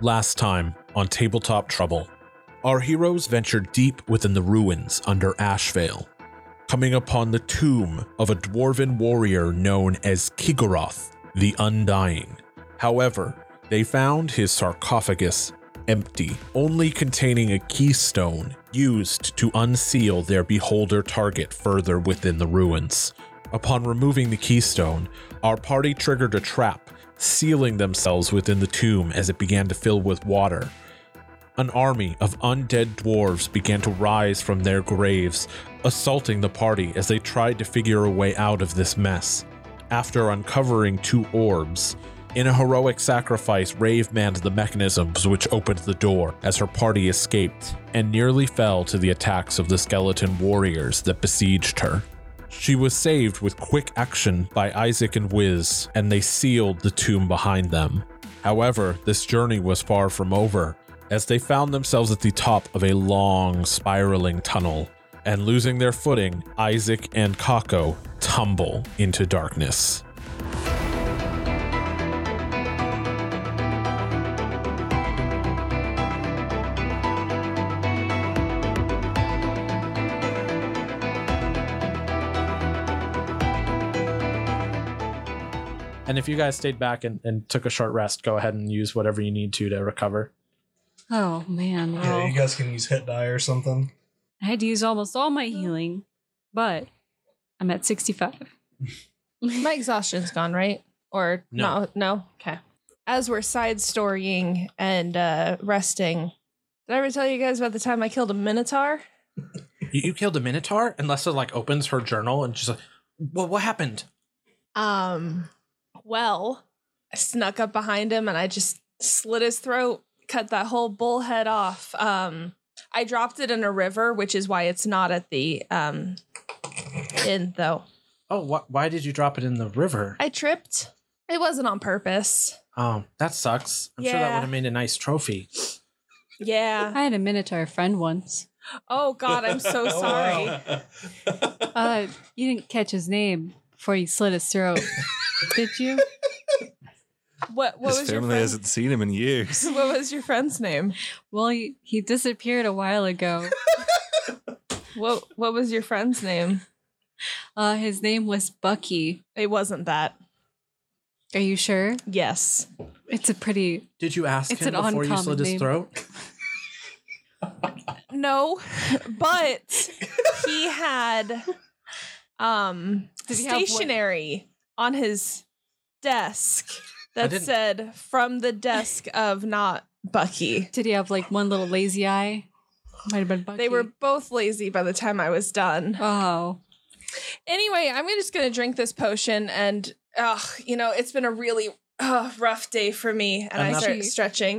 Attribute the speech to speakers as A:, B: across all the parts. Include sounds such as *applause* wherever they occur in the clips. A: Last time on Tabletop Trouble, our heroes ventured deep within the ruins under Ashvale, coming upon the tomb of a dwarven warrior known as Kigoroth the Undying. However, they found his sarcophagus empty, only containing a keystone used to unseal their beholder target further within the ruins. Upon removing the keystone, our party triggered a trap, sealing themselves within the tomb as it began to fill with water. An army of undead dwarves began to rise from their graves, assaulting the party as they tried to figure a way out of this mess. After uncovering two orbs, in a heroic sacrifice, Rave manned the mechanisms which opened the door as her party escaped and nearly fell to the attacks of the skeleton warriors that besieged her. She was saved with quick action by Isaac and Wiz, and they sealed the tomb behind them. However, this journey was far from over, as they found themselves at the top of a long, spiraling tunnel, and losing their footing, Isaac and Kako tumble into darkness.
B: And if you guys stayed back and, and took a short rest, go ahead and use whatever you need to to recover.
C: Oh man, well,
D: Yeah, you guys can use hit die or something.
C: I had to use almost all my healing, but I'm at 65.
E: My exhaustion's gone, right? Or
A: No.
E: no? No. Okay. As we're side storying and uh, resting, did I ever tell you guys about the time I killed a minotaur?
A: You, you killed a minotaur? And Lessa like opens her journal and she's like, "Well, what happened?"
E: Um, well, I snuck up behind him and I just slit his throat, cut that whole bull head off. Um, I dropped it in a river, which is why it's not at the um inn though.
B: Oh, wh- why did you drop it in the river?
E: I tripped. It wasn't on purpose.
B: Oh, that sucks. I'm sure that
E: Yeah.
B: would have made a nice trophy.
E: Yeah.
C: *laughs* I had a Minotaur friend once.
E: Oh God, I'm so sorry.
C: Uh, you didn't catch his name before you slit his throat, did you?
E: What what was
F: His
E: your
F: family
E: friend-
F: hasn't seen him in years.
E: *laughs* what was your friend's name?
C: Well, he, he disappeared a while ago.
E: What what was your friend's name?
C: Uh, his name was Bucky.
E: It wasn't that.
C: Are you sure?
E: Yes.
C: It's a pretty.
B: Did you ask
C: It's
B: him
C: an
B: before you
C: uncommon
B: slit his
C: name.
B: throat?
E: No, but he had um
C: Did he have what-
E: stationery on his desk that
B: didn't-
E: said from the desk of not Bucky.
C: Did he have like one little lazy eye? Might have been Bucky.
E: They were both lazy by the time I was done.
C: Oh,
E: Anyway, I'm just gonna drink this potion and ugh, you know, it's been a really ugh, rough day for me. And,
B: And
E: I
B: that's-
E: start stretching.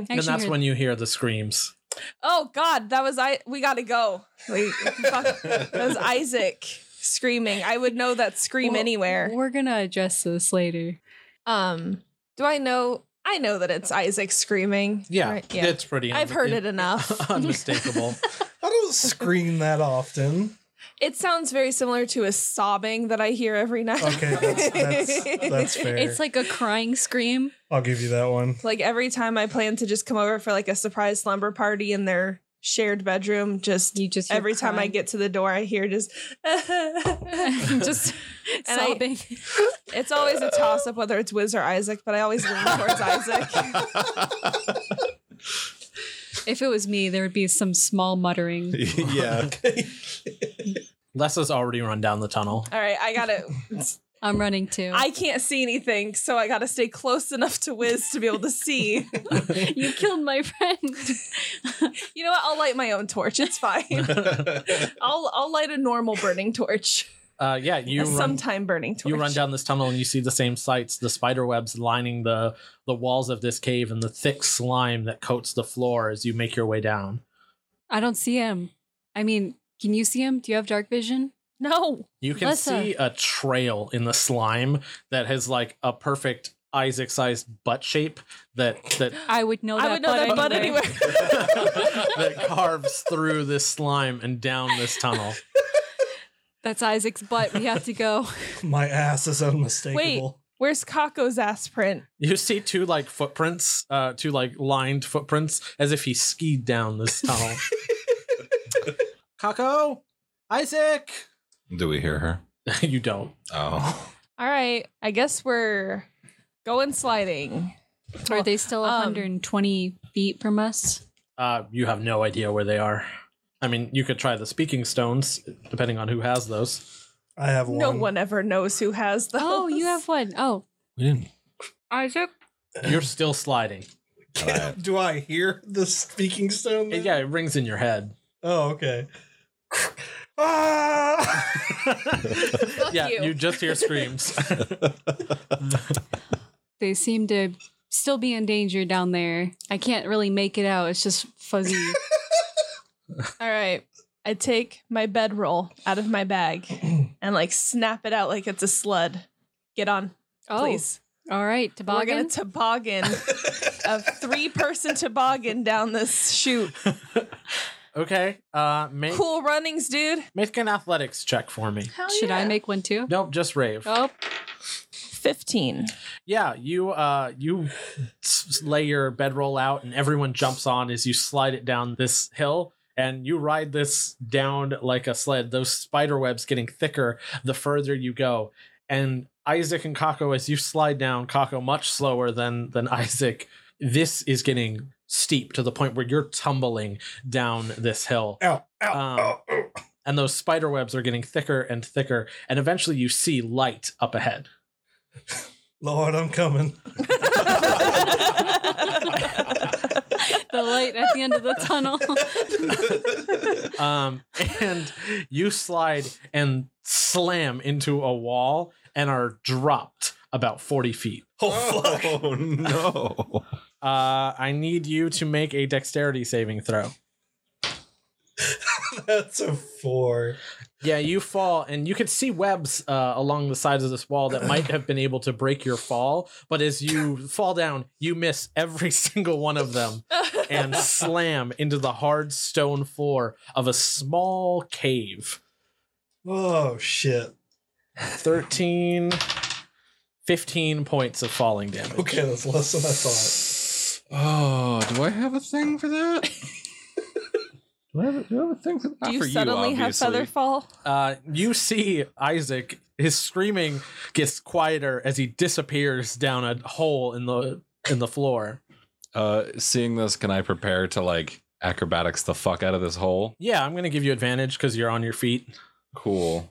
C: I
B: and
C: actually
B: that's
C: heard-
B: when you hear the screams.
E: Oh God, that was I. We gotta go. We, fuck, that was Isaac screaming. I would know that scream
C: Well,
E: anywhere.
C: We're gonna address this later.
E: Um, do I know? I know that it's Isaac screaming.
B: Yeah,
E: right? yeah.
B: it's pretty.
E: I've heard
B: *laughs*
E: it *laughs* enough.
B: Unmistakable.
D: I don't scream that often.
E: It sounds very similar to a sobbing that I hear every night.
D: Okay, that's, that's, that's fair.
C: It's like a crying scream. *laughs*
D: I'll give you that one.
E: like every time I plan to just come over for like a surprise slumber party in their shared bedroom, just
C: You just hear
E: every time I
C: crying.
E: get to the door, I hear just.
C: just
E: And I-
C: sobbing.
E: It's always a toss up whether it's Wiz or Isaac, but I always
C: *laughs*
E: lean towards Isaac.
C: if it was me, there would be some small muttering.
F: yeah.
B: Lessa's already run down the tunnel.
E: All right, I gotta.
C: I'm running too. *laughs*
E: I can't see anything, so I gotta stay close enough to Wiz to be able to see.
C: you killed my friend.
E: You know what? I'll light my own torch. It's
B: *laughs*
E: fine. I'll I'll light a normal burning torch,
B: Uh, yeah, you
E: a
B: run.
E: sometime burning torch.
B: You run down this tunnel and you see the same sights, the spider webs lining the, the walls of this cave and the thick slime that coats the floor as you make your way down.
C: I don't see him. I mean, can you see him? Do you have dark vision?
E: No,
B: You can
C: Lissa.
B: see a trail in the slime that has like a perfect Isaac-sized butt shape that that *laughs*
C: I would know. That
E: I would know that butt anywhere.
B: that carves through this slime and down this tunnel.
C: *laughs* That's Isaac's butt. We have to go.
D: My ass is unmistakable.
E: Where's Kako's ass print?
B: You see two like footprints, uh, two like lined footprints, as if he skied down this tunnel. Kako, Isaac. *laughs*
F: Do we hear her?
B: you don't.
F: Oh.
E: All right, I guess we're going sliding.
C: Are they still
E: Um,
C: 120 feet from us?
B: Uh, you have no idea where they are. I mean, you could try the speaking stones, depending on who has those.
D: I have one.
E: No one ever knows who has those.
C: Oh, you
E: *laughs*
C: have one. Oh,
F: We didn't.
G: Isaac,
B: You're still sliding.
D: Do I hear the speaking stone?
B: Yeah, it rings in your head.
D: Oh, okay. *laughs* ah! *laughs*
B: yeah,
E: you.
B: you just
E: *laughs*
B: hear screams.
C: they seem to still be in danger down there. I can't really make it out. It's just *laughs* fuzzy.
E: All right. I take my bedroll out of my bag and like snap it out like it's a sled. Get on,
C: oh,
E: please.
C: all right,
E: We're
C: toboggan.
E: gonna toboggan a three-person toboggan down this chute.
B: okay, uh, make
E: Cool runnings, dude.
B: make an athletics check for me.
C: Should I make one too?
B: Nope, just rave.
C: Oh,
E: fifteen?
B: Yeah, you uh you
D: *laughs*
B: s- s- lay your bedroll out and everyone jumps on as you slide it down this hill and you ride this down like a sled. Those spider webs getting thicker the further you go. And Isaac and Kako as you slide down, Kako much slower than than Isaac. This is getting steep to the point where you're tumbling down this hill.
D: Ow, ow,
B: Um,
D: ow, ow.
B: And those spider webs are getting thicker and thicker and eventually you see light up ahead.
D: Lord, I'm coming.
C: Oh, the light at the end of the tunnel. *laughs*
B: um, and you slide and slam into a wall and are dropped about 40 feet.
D: Oh, fuck. *laughs*
F: Oh, no.
B: Uh, I need you to make a dexterity saving throw.
D: That's a four.
B: Yeah, you fall, and you can see webs uh, along the sides of this wall that might have been able to break your fall. But as you fall down, you miss every *laughs* single one of them and slam into the hard stone floor of a small cave.
D: Oh, shit.
B: 13 15 points of falling damage
D: Okay, that's less than I thought.
F: Oh, do I have a thing for that? *laughs* do, I have a, do I have a thing for that?
E: Do
F: Not
E: you
F: for
E: suddenly have
F: obviously.
E: feather fall?
B: uh you see isaac his screaming gets quieter as he disappears down a hole in the in the floor
F: Uh, seeing this, can I prepare to like acrobatics the fuck out of this hole?
B: yeah i'm gonna give you advantage because you're on your feet
F: Cool.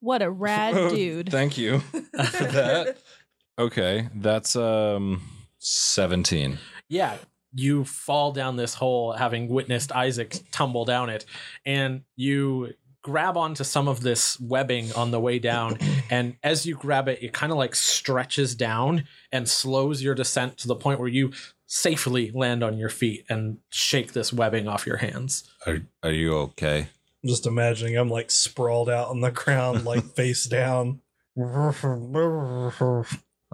E: What a
F: *laughs*
E: rad dude.
F: Thank
E: *laughs*
F: you for that. Okay, that's um 17.
B: yeah you fall down this hole having witnessed isaac tumble down it and you grab onto some of this webbing on the way down and as you grab it it kind of like stretches down and slows your descent to the point where you safely land on your feet and shake this webbing off your hands
F: Are, are you okay?
D: I'm just imagining I'm like sprawled out on the ground,
F: *laughs*
D: like face down.
C: *laughs*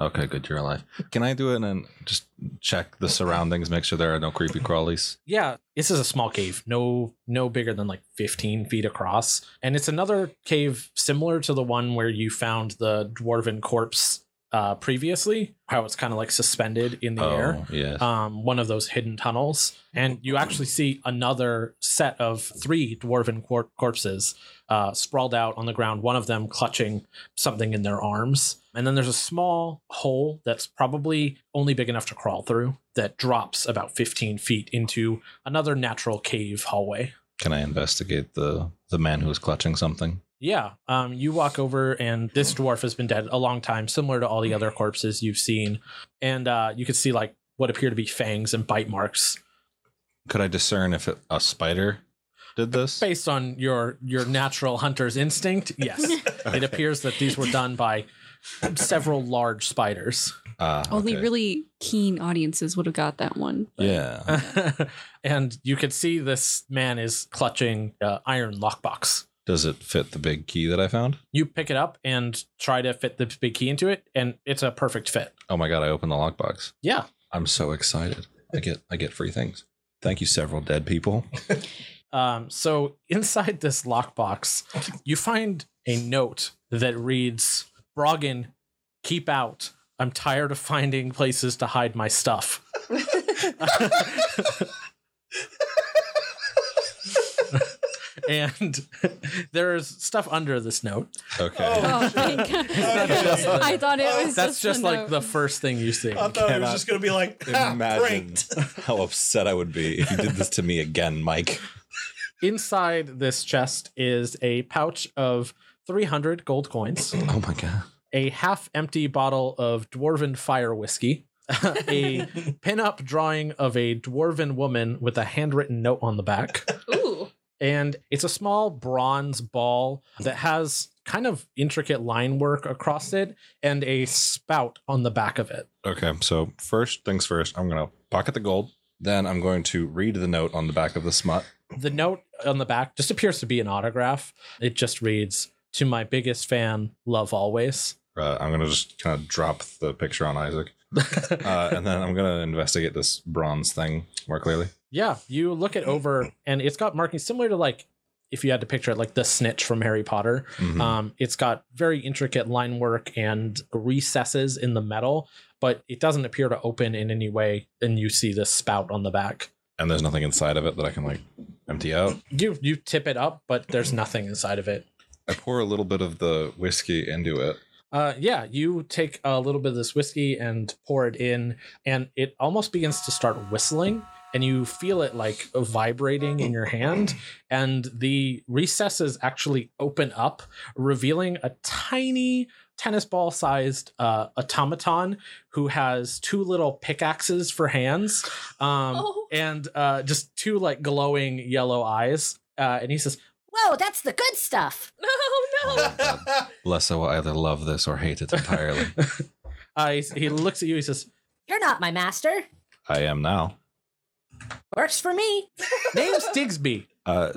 F: Okay, good. You're alive. Can I do it and just check the surroundings, make sure there are no creepy crawlies?
B: yeah this is a small cave no no bigger than like 15 feet across and it's another cave similar to the one where you found the dwarven corpse uh previously how it's kind of like suspended in the air
F: Oh, yes.
B: um one of those hidden tunnels and you actually see another set of three dwarven cor- corpses uh sprawled out on the ground one of them clutching something in their arms and then there's a small hole that's probably only big enough to crawl through that drops about 15 feet into another natural cave hallway
F: Can I investigate the the man who was clutching something?
B: yeah um you walk over and this dwarf has been dead a long time similar to all the other corpses you've seen and uh you can see like what appear to be fangs and bite marks
F: Could I discern if it, a spider did this?
B: based on your your natural hunter's instinct yes it appears that these were done by several large spiders
F: Ah,
C: Only
F: okay.
C: Oh, really keen audiences would have got that one.
F: Yeah.
B: and you can see this man is clutching uh, iron lockbox
F: Does it fit the big key that I found?
B: you pick it up and try to fit the big key into it and it's a perfect fit
F: Oh my god! I opened the lockbox.
B: yeah
F: I'm so excited. I get I get free things. Thank you, several dead people.
B: Um, so inside this lockbox, you find a note that reads Brogan keep out. I'm tired of finding places to hide my stuff. *laughs* and there's stuff under this note.
F: Okay.
C: *laughs* *laughs* Oh, thank God. I thought it was.
B: That's just
C: a
B: like
C: note.
B: the first thing you
D: *laughs*
B: see.
D: I thought it was
F: Cannot
D: just gonna be like ha,
F: *laughs* Imagine
D: *laughs* pranked.
F: how upset I would be if you did this to me again, Mike.
B: Inside this chest is a pouch of 300 gold coins,
F: Oh my god.
B: a half empty bottle of dwarven fire whiskey, *laughs* a pinup drawing of a dwarven woman with a handwritten note on the back.
E: Ooh.
B: and it's a small bronze ball that has kind of intricate line work across it and a spout on the back of it.
F: Okay, so first things first, I'm gonna pocket the gold. Then I'm going to read the note on the back of the smut.
B: The note on the back just appears to be an autograph. It just reads, To my biggest fan, love always. *laughs*
F: Uh, I'm gonna just kind of drop the picture on Isaac, uh, and then I'm gonna investigate this bronze thing more clearly.
B: yeah, you look it over and it's got markings similar to like if you had to picture it like the snitch from Harry Potter.
F: Mhm.
B: Um, it's got very intricate line work and recesses in the metal, but it doesn't appear to open in any way. And you see this spout on the back.
F: and there's nothing inside of it that I can like empty out.
B: you you tip it up, but there's nothing inside of it.
F: I pour a little bit of the whiskey into it.
B: Uh, yeah, you take a little bit of this whiskey and pour it in, and it almost begins to start whistling, and you feel it like vibrating in your hand, and the recesses actually open up, revealing a tiny tennis ball sized uh, automaton who has two little pickaxes for hands, um,
E: Oh.
B: and uh, just two like glowing yellow eyes, uh, and he says.
G: Whoa, that's the good stuff.
E: No, no.
D: *laughs*
F: Lessa will either love this or hate it entirely.
B: Uh, he, he looks at you. He says,
G: You're not my master.
F: *laughs* I am now.
G: Works for me.
B: "Name's Digsby. *laughs*
F: Uh,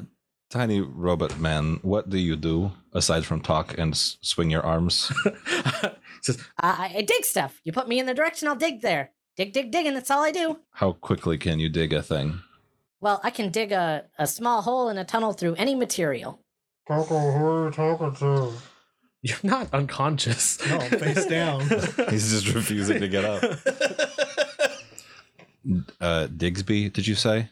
F: tiny robot man, what do you do aside from talk and s- swing your arms?
G: Uh, I, I dig stuff. You put me in the direction, I'll dig there. Dig, dig, dig, and that's all I do.
F: How quickly can you dig a thing?
G: Well, I can dig a, a small hole in a tunnel through any material.
B: *laughs* You're not unconscious."
D: No, I'm
B: *laughs*
D: face down.
F: He's just refusing to get up. Uh, Digsby, did you say?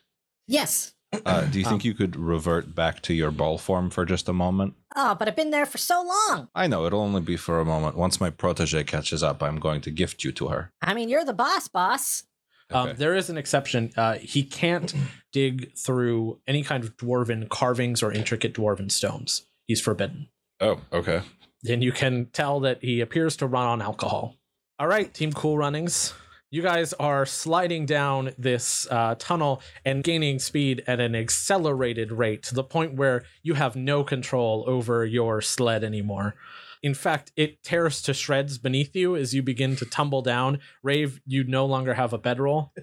G: Yes.
F: Uh, do you
D: Oh.
F: think you could revert back to your ball form for just a moment?
G: Oh, but I've been there for so long.
F: I know it'll only be for a moment. Once my protege catches up, I'm going to gift you to her.
G: I mean, you're the boss, boss.
B: um,
F: Okay.
B: there is an exception. Uh, he can't dig through any kind of dwarven carvings or intricate dwarven stones. He's forbidden.
F: oh, okay.
B: And you can tell that he appears to run on alcohol. All right, Team Cool Runnings. You guys are sliding down this uh, tunnel and gaining speed at an accelerated rate to the point where you have no control over your sled anymore. In fact, it tears to shreds beneath you as you begin to tumble down. Rave, you no longer have a bedroll.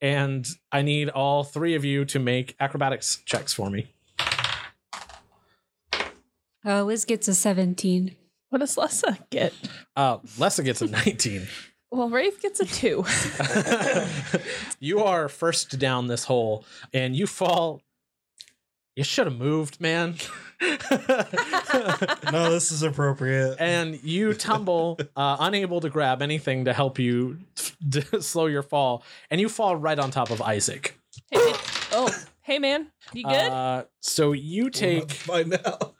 B: and I need all three of you to make acrobatics checks for me.
C: Oh, Liz gets a 17.
E: What does Lessa get?
B: Uh, Lessa gets a 19.
E: Well, Rafe gets a two. *laughs*
B: *laughs* you are first down this hole and you fall. You should have moved, man.
D: no, this is appropriate.
B: and you tumble, uh, unable to grab anything to help you *laughs* d- slow your fall. And you fall right on top of Isaac.
E: Hey, man. Oh, hey, man. You good?
B: Uh, so you take
D: find out.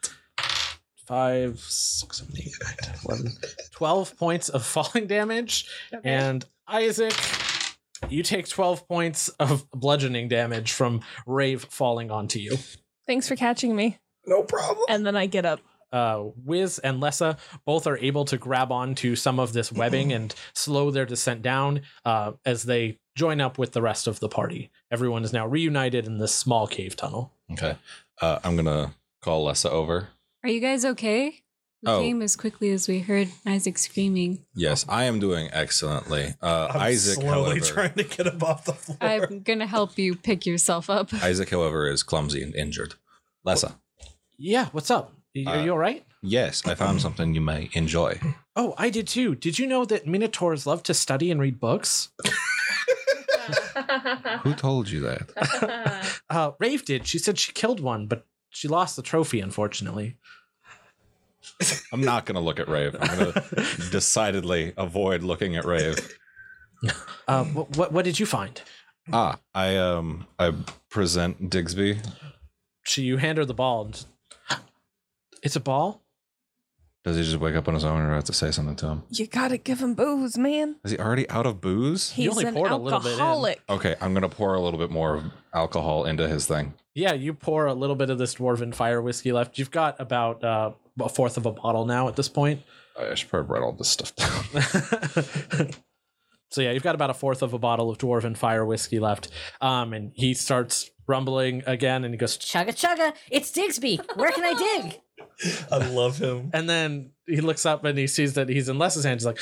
B: five, six, seven, eight, nine, ten, 11, 12 points of falling damage. And Isaac, you take 12 points of bludgeoning damage from Rave falling onto you.
E: Thanks for catching me.
D: No problem.
E: And then I get up.
B: uh, Wiz and Lessa both are able to grab onto some of this webbing and slow their descent down uh, as they join up with the rest of the party. Everyone is now reunited in this small cave tunnel.
F: Okay. Uh, I'm going to call Lessa over.
C: Are you guys okay? We
F: Oh.
C: came as quickly as we heard Isaac screaming.
F: Yes, I am doing excellently. Uh,
D: I'm
F: Isaac,
D: slowly
F: however,
D: trying to get up off the floor.
B: *laughs*
C: I'm gonna help you pick yourself up.
F: Isaac, however, is clumsy and injured. Lessa,
B: Yeah, what's up? Y- Are
F: Uh,
B: you all right?
F: yes, I
D: Um.
F: found something you may enjoy.
B: Oh, I did too. Did you know that minotaurs love to study and read books?
F: Who told you that?
B: Uh, Rave did. She said she killed one, but she lost the trophy, unfortunately.
F: I'm not gonna look at Rave. I'm gonna
D: *laughs*
F: decidedly avoid looking at Rave.
B: Uh, what, what, what did you find?
F: Ah, I um I present Digsby.
B: She, you hand her the ball. And, *gasps* it's a ball.
F: Does he just wake up on his own or do I have to say something to him?
E: You gotta give him booze, man.
F: Is he already out of booze?
E: He's
B: only
E: an
B: poured a little bit in.
E: alcoholic.
F: Okay, I'm gonna pour a little bit more alcohol into his thing.
B: Yeah, you pour a little bit of this dwarven fire whiskey left. You've got about uh, a fourth of a bottle now at this point.
F: I should probably write all this stuff *laughs* down.
B: so yeah, you've got about a fourth of a bottle of dwarven fire whiskey left. Um, and he starts rumbling again, and he goes,
G: Chugga chugga, it's Digsby. Where can I dig?
D: *laughs* I love him. *clears throat*
B: and then he looks up and he sees that he's in Les's hands. He's like,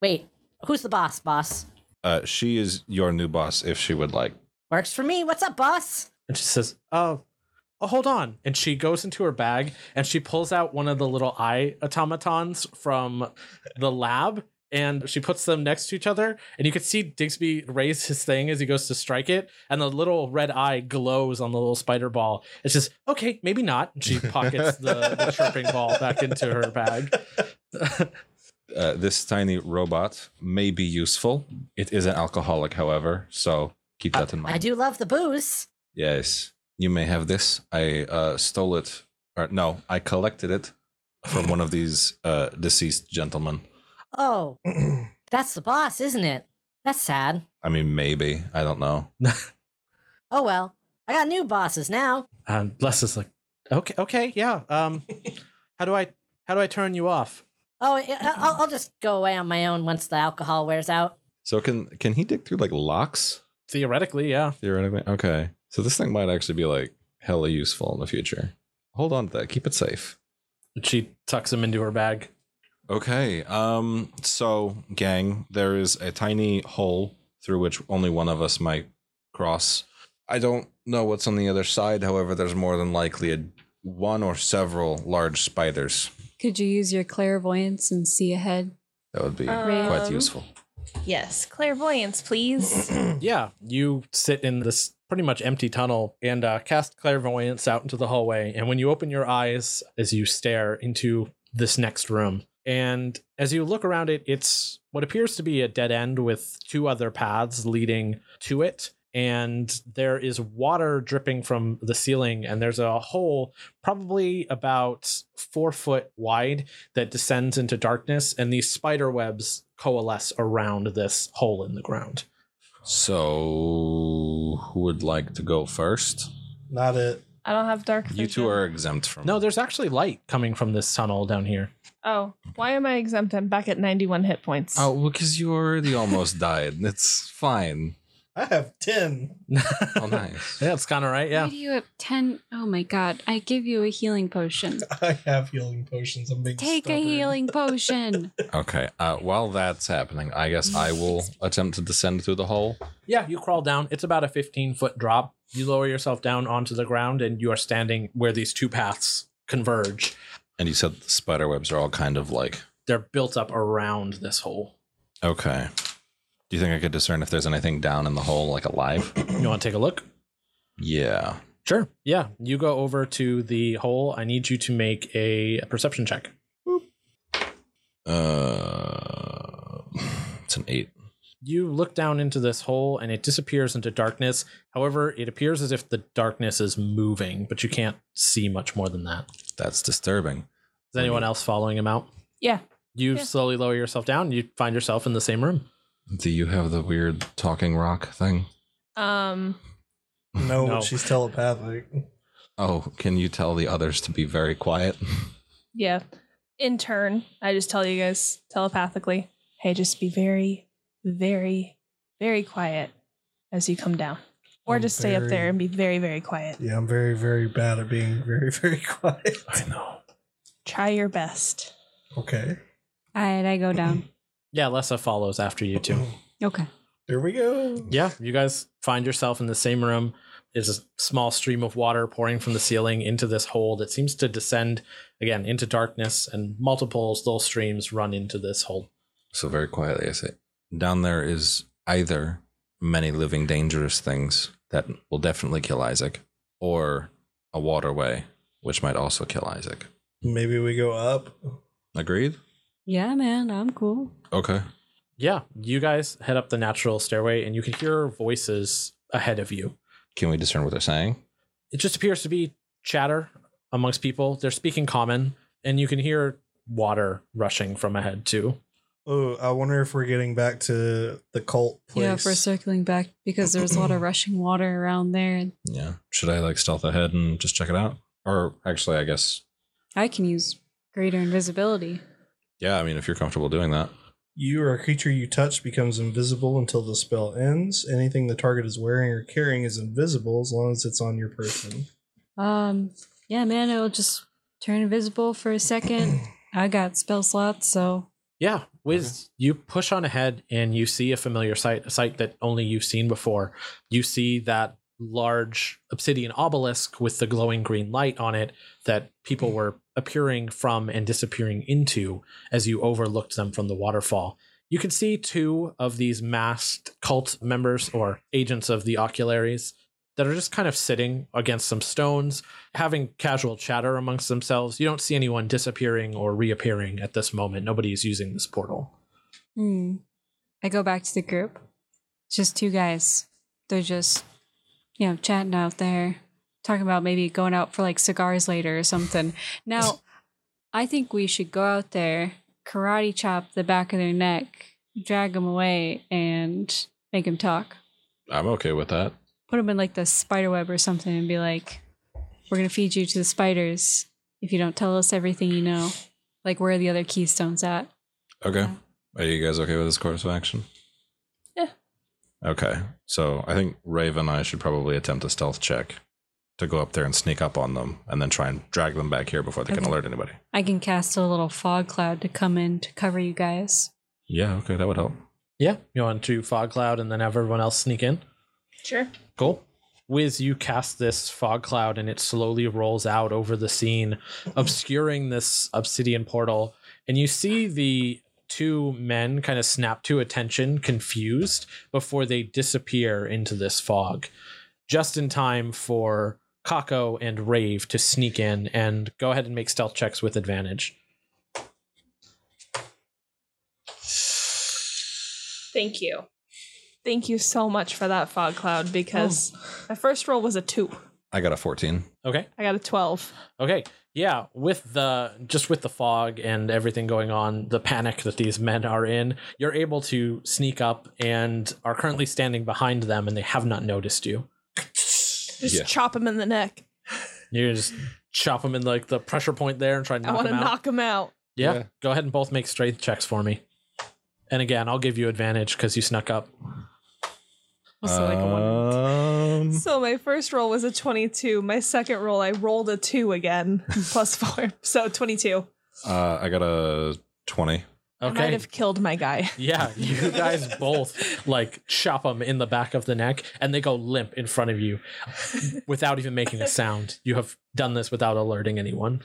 G: Wait, who's the boss, boss?
F: Uh, she is your new boss if she would like.
G: Works for me. What's up, boss?
B: and she says, "Oh, oh, hold on." And she goes into her bag and she pulls out one of the little eye automatons from the lab. And she puts them next to each other, and you can see Digsby raise his thing as he goes to strike it, and the little red eye glows on the little spider ball. It's just okay, maybe not. And she pockets the, the chirping ball back into her bag.
F: Uh, this tiny robot may be useful. It is an alcoholic, however, so keep that in mind.
G: Uh, I do love the booze.
F: Yes, you may have this. I uh, stole it, or no, I collected it from one of these uh, deceased gentlemen.
G: Oh, that's the boss, isn't it? That's sad.
F: I mean, maybe I don't know.
G: Oh well, I got new bosses now.
B: And Les is like, okay, okay, yeah. Um, how do I how do I turn you off?
G: Oh, I- I- I'll, I'll just go away on my own once the alcohol wears out.
F: So can can he dig through like locks
B: Theoretically, yeah.
F: theoretically? Okay, so this thing might actually be like hella useful in the future. Hold on to that. Keep it safe.
B: And she tucks him into her bag.
F: Okay. Um. So, gang, there is a tiny hole through which only one of us might cross. I don't know what's on the other side. However, there's more than likely a one or several large spiders.
C: Could you use your clairvoyance and see ahead?
F: That would be quite
E: Um,
F: useful.
E: Yes, clairvoyance, please.
B: *clears throat* Yeah, you sit in this pretty much empty tunnel and uh, cast clairvoyance out into the hallway. And when you open your eyes as you stare into this next room, and as you look around it, it's what appears to be a dead end with two other paths leading to it. And there is water dripping from the ceiling, and there's a hole probably about four foot wide that descends into darkness, and these spider webs coalesce around this hole in the ground.
F: So, who would like to go first?
D: Not it.
E: I don't have dark.
F: You two
E: vision.
F: are exempt from.
B: No, there's actually light coming from this tunnel down here.
E: Oh, why am I exempt? I'm back at 91 hit points.
F: Oh, because you already almost died. It's fine.
D: I have ten.
F: *laughs* Oh,
B: *laughs*
F: nice.
B: Yeah, it's kind of right.
C: Why
B: Yeah.
C: do you have 10? Oh my god, I give you a healing potion.
D: I have healing potions. I'm being
C: Take
D: stubborn.
C: a healing
B: *laughs*
C: potion.
F: Okay. Uh, while that's happening, I guess I will attempt to descend through the hole.
B: Yeah, you crawl down. It's about a 15 foot drop. You lower yourself down onto the ground and you are standing where these two paths converge.
F: And you said the spider webs are all kind of like.
B: They're built up around this hole.
F: Okay. Do you think I could discern if there's anything down in the hole, like alive? *clears throat*
B: You want to take a look?
F: yeah.
B: Sure. Yeah. You go over to the hole. I need you to make a perception check.
F: Uh, it's an eight.
B: You look down into this hole and it disappears into darkness. However, it appears as if the darkness is moving, but you can't see much more than that.
F: That's disturbing.
B: Is anyone else following him out?
E: Yeah.
B: You
E: Yeah.
B: slowly lower yourself down. You find yourself in the same room.
F: Do you have the weird talking rock thing?
E: Um,
D: No,
B: No.
D: she's telepathic.
F: Oh, can you tell the others to be very quiet? *laughs*
E: yeah. In turn, I just tell you guys telepathically, hey, just be very, very, very quiet as you come down. Or
D: I'm
E: just stay up
D: very-
E: there and be very, very quiet.
D: Yeah, I'm very, very bad at being very, *laughs* very quiet.
F: know.
E: Try your best.
D: Okay.
C: All right, I go down.
B: Yeah, Lessa follows after you two.
C: Okay.
D: Oh, There we go.
B: Yeah, you guys find yourself in the same room. There's a small stream of water pouring from the ceiling into this hole that seems to descend again into darkness, and multiple little streams run into this hole.
F: So very quietly, I say, down there is either many living dangerous things that will definitely kill Isaac, or a waterway which might also kill Isaac.
D: Maybe we go up.
F: Agreed?
C: Yeah, man, I'm cool.
F: Okay.
B: Yeah, you guys head up the natural stairway and you can hear voices ahead of you.
F: Can we discern what they're saying?
B: It just appears to be chatter amongst people. They're speaking common and you can hear water rushing from ahead too.
D: Oh, I wonder if we're getting back to the cult place.
C: Yeah, if we're circling back because there was a lot of rushing water around there.
F: Yeah. Should I like stealth ahead and just check it out? Or actually, I guess,
C: I can use greater invisibility.
F: yeah, I mean, if you're comfortable doing that.
D: You or a creature you touch becomes invisible until the spell ends. Anything the target is wearing or carrying is invisible as long as it's on your person.
C: Um, yeah, man, it'll just turn invisible for a second. I got spell slots, so
B: Yeah, Wiz, you push on ahead and you see a familiar sight, a sight that only you've seen before. You see that large obsidian obelisk with the glowing green light on it that people were appearing from and disappearing into as you overlooked them from the waterfall. You can see two of these masked cult members or agents of the ocularies that are just kind of sitting against some stones, having casual chatter amongst themselves. You don't see anyone disappearing or reappearing at this moment. Nobody is using this portal.
C: hmm. I go back to the group. It's just two guys. They're just, you know, chatting out there, talking about maybe going out for like cigars later or something. Now, I think we should go out there, karate chop the back of their neck, drag them away, and make them talk.
F: I'm okay with that.
C: put them in like the spider web or something and be like, we're going to feed you to the spiders if you don't tell us everything you know. Like, where are the other keystones at?
F: Okay.
C: Yeah.
F: Are you guys okay with this course of action?
E: Yeah.
F: Okay. So I think Rave and I should probably attempt a stealth check to go up there and sneak up on them and then try and drag them back here before they can
C: Okay.
F: alert anybody.
C: I can cast a little fog cloud to come in to cover you guys.
F: Yeah. Okay. That would help.
B: Yeah. You want to fog cloud and then have everyone else sneak in?
E: Sure.
B: Cool. Wiz, you cast this fog cloud and it slowly rolls out over the scene, obscuring this obsidian portal. And you see the two men kind of snap to attention, confused, before they disappear into this fog, just in time for Kako and Rave to sneak in and go ahead and make stealth checks with advantage.
E: Thank you. Thank you so much for that fog cloud because my first roll was a two.
F: I got a 14.
B: Okay.
E: I got a twelve.
B: Okay. Yeah, with the just with the fog and everything going on, the panic that these men are in, you're able to sneak up and are currently standing behind them and they have not noticed you.
E: Just
F: Yeah.
E: chop him in the neck.
B: You just chop them in like the pressure point there and try to
E: I
B: knock
E: want to
B: them out.
E: knock him out.
B: yeah.
F: Yeah.
B: Go ahead and both make strength checks for me. And again, I'll give you advantage because you snuck up.
C: Also, like a one.
F: Um,
E: So my first roll was a twenty-two. My second roll, I rolled a two again, *laughs* plus four, so twenty-two.
F: uh, I got a 20.
E: I might
B: Okay.
E: have killed my guy.
B: Yeah, you guys both like chop them in the back of the neck and they go limp in front of you without even making a sound. You have done this without alerting anyone.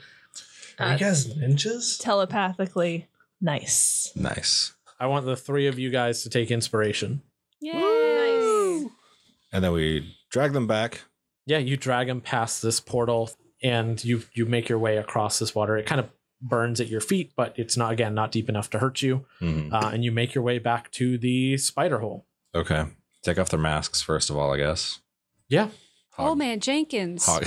C: Uh,
D: Are you guys ninjas?
E: Telepathically, nice.
F: Nice.
B: I want the three of you guys to take inspiration.
E: Nice.
F: And then we drag them back.
B: Yeah, you drag them past this portal and you you make your way across this water. It kind of burns at your feet, but it's not again not deep enough to hurt you.
F: Mhm.
B: Uh, and you make your way back to the spider hole.
F: Okay. Take off their masks, first of all, I guess.
B: Yeah.
F: Hog,
C: Old man Jenkins. *laughs*
F: hog,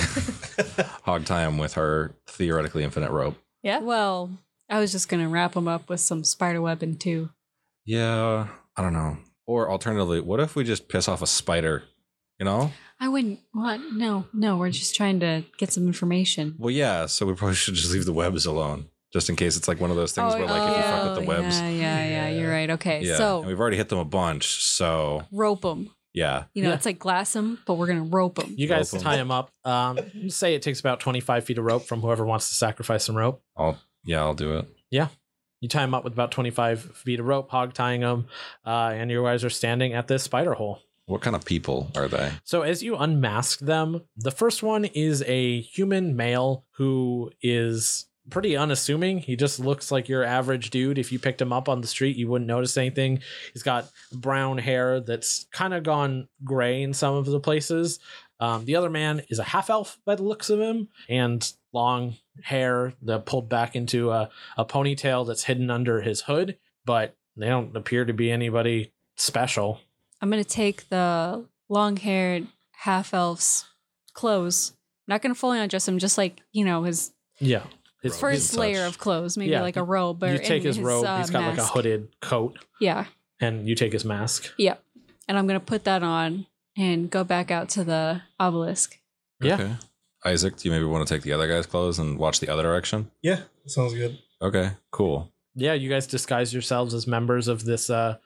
F: hog tie 'em with her theoretically infinite rope.
E: Yeah.
C: Well, I was just going to wrap him up with some spider webbing too.
F: Yeah, I don't know. Or alternatively, what if we just piss off a spider? You know?
C: I wouldn't want, no, no, we're just trying to get some information.
F: Well, yeah. So we probably *laughs* should just leave the webs alone, just in case it's like one of those things
E: Oh,
F: where like if you fuck with the
C: yeah,
F: webs,
C: yeah, yeah, you're right. Okay,
F: yeah. and
C: so
F: we've already hit them a bunch, so
C: rope him.
F: yeah.
C: You know,
B: Yeah.
C: it's like glass him, but we're going to rope him.
B: You guys
F: Rope 'em.
B: tie them up. Um, say it takes about 25 feet of rope from whoever wants to sacrifice some rope.
F: I'll yeah, I'll do it.
B: You tie them up with about 25 feet of rope, hog tying them, uh, and you guys are standing at this spider hole.
F: What kind of people are they?
B: So as you unmask them, the first one is a human male who is pretty unassuming. He just looks like your average dude. If you picked him up on the street, you wouldn't notice anything. He's got brown hair that's kind of gone gray in some of the places. Um, the other man is a half elf by the looks of him, and long hair that pulled back into a, a ponytail that's hidden under his hood, but they don't appear to be anybody special.
C: I'm gonna take the long haired half elf's clothes. not gonna fully undress him, just like, you know, his
B: Yeah. His,
F: Robe.
C: first
F: His
C: layer
F: touch.
C: of clothes, maybe
B: Yeah,
C: like a robe or
B: you take
C: and
B: his, robe,
C: uh,
B: he's got like a
C: mask.
B: hooded coat,
C: Yeah.
B: and you take his mask.
C: Yep. And I'm gonna put that on and go back out to the obelisk.
B: Yeah.
F: Isaac, do you maybe want to take the other guy's clothes and watch the other direction?
D: Yeah, sounds good.
F: Okay, cool.
B: Yeah, you guys disguise yourselves as members of this uh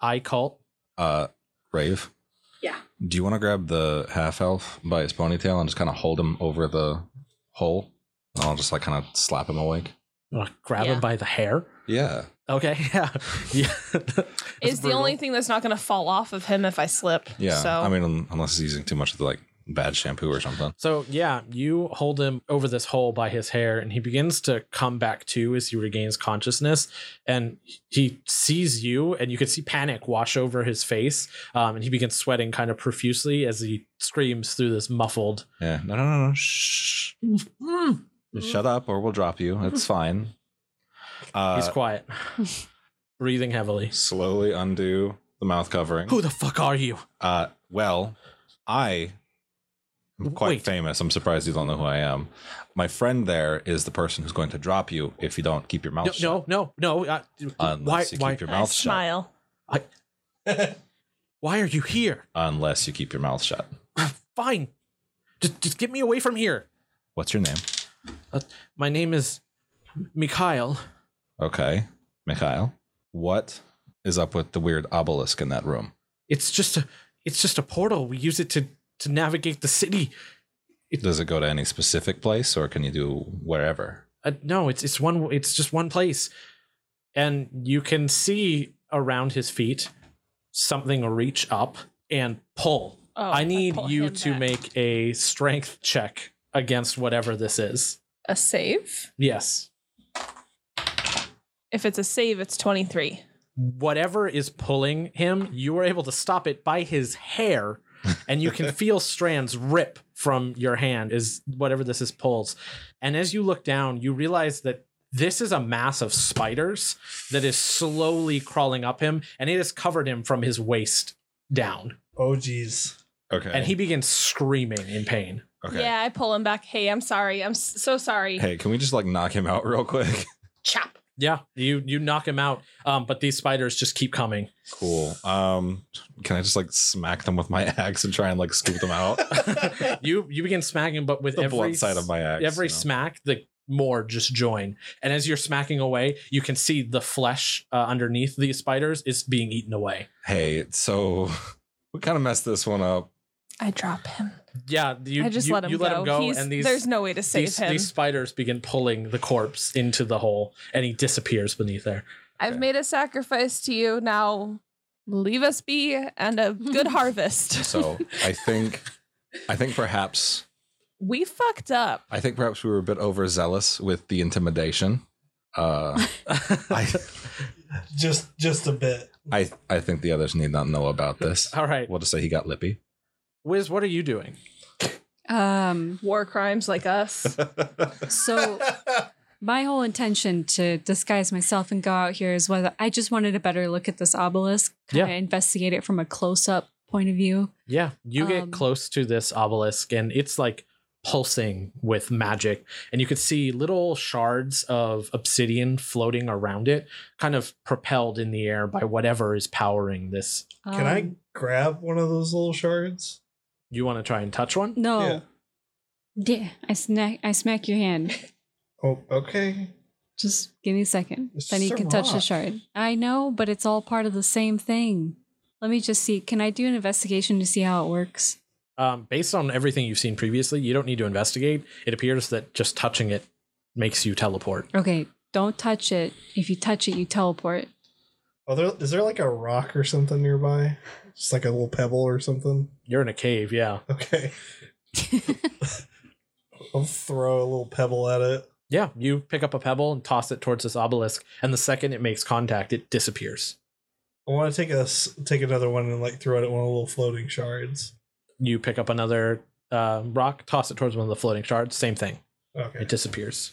B: eye cult.
F: Uh, Rave.
C: Yeah.
F: Do you want to grab the half elf by his ponytail and just kind of hold him over the hole? And I'll just like kind of slap him awake.
B: Uh, grab
G: Yeah.
B: him by the hair.
F: Yeah.
B: Okay, *laughs* yeah. yeah.
E: Is the only thing that's not going to fall off of him if I slip.
F: Yeah.
E: So
F: I mean, un- unless he's using too much of the like bad shampoo or something.
B: So yeah, you hold him over this hole by his hair, and he begins to come back to as he regains consciousness, and he sees you, and you can see panic wash over his face, um, and he begins sweating kind of profusely as he screams through this muffled. "Hmm,
F: Yeah. No, no, no, no. Shh. Just Shut up or we'll drop you. It's fine. Uh,
B: He's quiet, *laughs* breathing heavily.
F: slowly undo the mouth covering.
B: Who the fuck are you?
F: Uh, well, I am quite
B: Wait.
F: famous. I'm surprised you don't know who I am. My friend there is the person who's going to drop you if you don't keep your mouth
B: No,
F: shut.
B: no, no, no. Uh, why,
F: Unless you
B: why,
F: keep your
E: I
F: mouth shut.
E: smile.
B: why are you here?
F: Unless you keep your mouth shut.
B: Fine, just, just get me away from here.
F: What's your name?
B: My name is Mikhail.
F: Okay, Mikhail. What is up with the weird obelisk in that room?
B: It's just a it's just a portal. We use it to to navigate the city.
F: Does it go to any specific place, or can you do wherever?
B: Uh, no, it's it's one it's just one place. And you can see around his feet something reach up and pull.
E: Oh,
B: I need
E: pull
B: you
E: him
B: to
E: back.
B: make a strength check against whatever this is.
E: a save.
B: Yes.
E: If it's a save, it's 23.
B: Whatever is pulling him, you are able to stop it by his hair, and you can feel strands rip from your hand as whatever this is pulls. And as you look down, you realize that this is a mass of spiders that is slowly crawling up him, and it has covered him from his waist down.
D: Oh, geez.
F: Okay.
B: And he begins screaming in pain.
F: okay.
E: Yeah, I pull him back. Hey, I'm sorry. I'm s- so sorry.
F: Hey, can we just like knock him out real quick?
E: Chop.
B: Yeah, you you knock him out, um, but these spiders just keep coming. *laughs*
F: cool. Um, can I just like smack them with my *laughs* axe and try and like scoop them out?
B: You you begin smacking, but with
F: the
B: every
F: blunt side of my axe.
B: every
F: you know?
B: smack the more just join and as you're smacking away you can see the flesh uh, underneath these spiders is being eaten away
F: Hey, so *laughs* we kind of messed this one up.
E: I drop him.
B: yeah you
E: I just
B: you-
E: let him
B: you
E: go.
B: let him go
E: He's,
B: and these
E: there's no way to save
B: these,
E: him.
B: these spiders begin pulling the corpse into the hole and he disappears beneath there
F: Okay.
E: I've made a sacrifice to you. Now leave us be and a
B: *laughs*
E: good harvest.
F: So I think, I think perhaps,
E: we fucked up.
F: I think perhaps we were a bit overzealous with the intimidation. Uh, I,
D: Just just a bit.
F: I, I think the others need not know about this.
B: all right
F: We'll just say he got lippy.
B: wiz what are you doing
C: Um
E: War crimes like *laughs* us.
B: *laughs*
C: so my whole intention to disguise myself and go out here is whether I just wanted a better look at this obelisk, kind of
B: Yeah.
C: investigate it from a close up point of view.
B: yeah you
C: Um,
B: get close to this obelisk and it's like pulsing with magic and you could see little shards of obsidian floating around it kind of propelled in the air by whatever is powering this
D: *laughs* Can I
C: Um,
D: grab one of those little shards?
B: You want to try and touch one?
C: No.
D: Yeah.
C: Yeah, I snack I smack your hand.
D: Oh, okay.
C: Just give me a second.
D: It's
C: then you
D: just a
C: can touch the
D: rock.
C: shard. I know, but it's all part of the same thing. Let me just see. Can I do an investigation to see how it works?
B: Um, based on everything you've seen previously, you don't need to investigate. It appears that just touching it makes you teleport.
C: Okay, don't touch it. If you touch it, you teleport. *laughs*
D: Are Oh, there, is there like a rock or something nearby? Just like a little pebble or something?
B: You're in a cave, yeah.
D: Okay. *laughs* I'll throw a little pebble at it.
B: Yeah, you pick up a pebble and toss it towards this obelisk, and the second it makes contact, it disappears.
D: I want to take us take another one and like throw it at one of the little floating shards.
B: You pick up another uh, rock, toss it towards one of the floating shards, same thing.
D: Okay.
B: It disappears.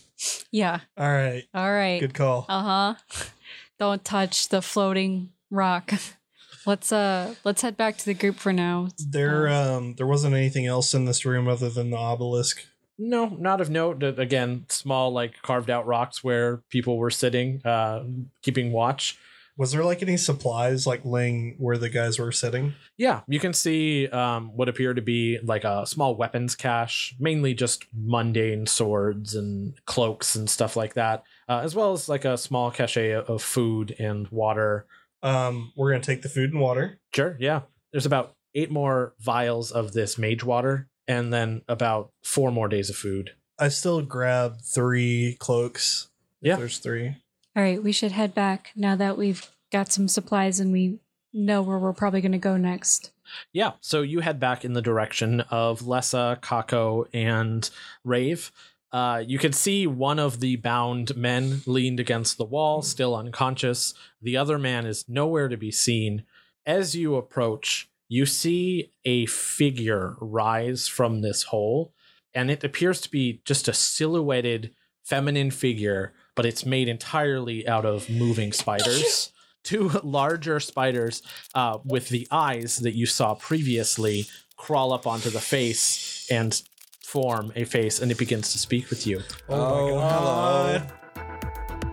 C: Yeah.
D: All right.
C: All right.
D: Good call.
C: Uh huh. *laughs* Don't touch the floating rock. *laughs* Let's uh let's head back to the group for now.
D: There, um, there wasn't anything else in this room other than the obelisk.
B: No, not of note. Uh, Again, small like carved out rocks where people were sitting, uh, keeping watch.
D: Was there like any supplies like laying where the guys were sitting?
B: Yeah, you can see um, what appear to be like a small weapons cache, mainly just mundane swords and cloaks and stuff like that, uh, as well as like a small cache o- of food and water.
D: Um, we're gonna take the food and water.
B: Sure, yeah. There's about eight more vials of this mage water, and then about four more days of food.
D: I still grab three cloaks. if
B: Yeah.
D: there's three.
C: All right, we should head back now that we've got some supplies and we know where we're probably going to go next.
B: Yeah, so you head back in the direction of Lessa, Kako, and Rave. Uh, you can see one of the bound men leaned against the wall, still unconscious. The other man is nowhere to be seen. As you approach, you see a figure rise from this hole, and it appears to be just a silhouetted feminine figure, but it's made entirely out of moving spiders. Two larger spiders uh, with the eyes that you saw previously crawl up onto the face and form a face, and it begins to speak with you.
F: Oh, hello.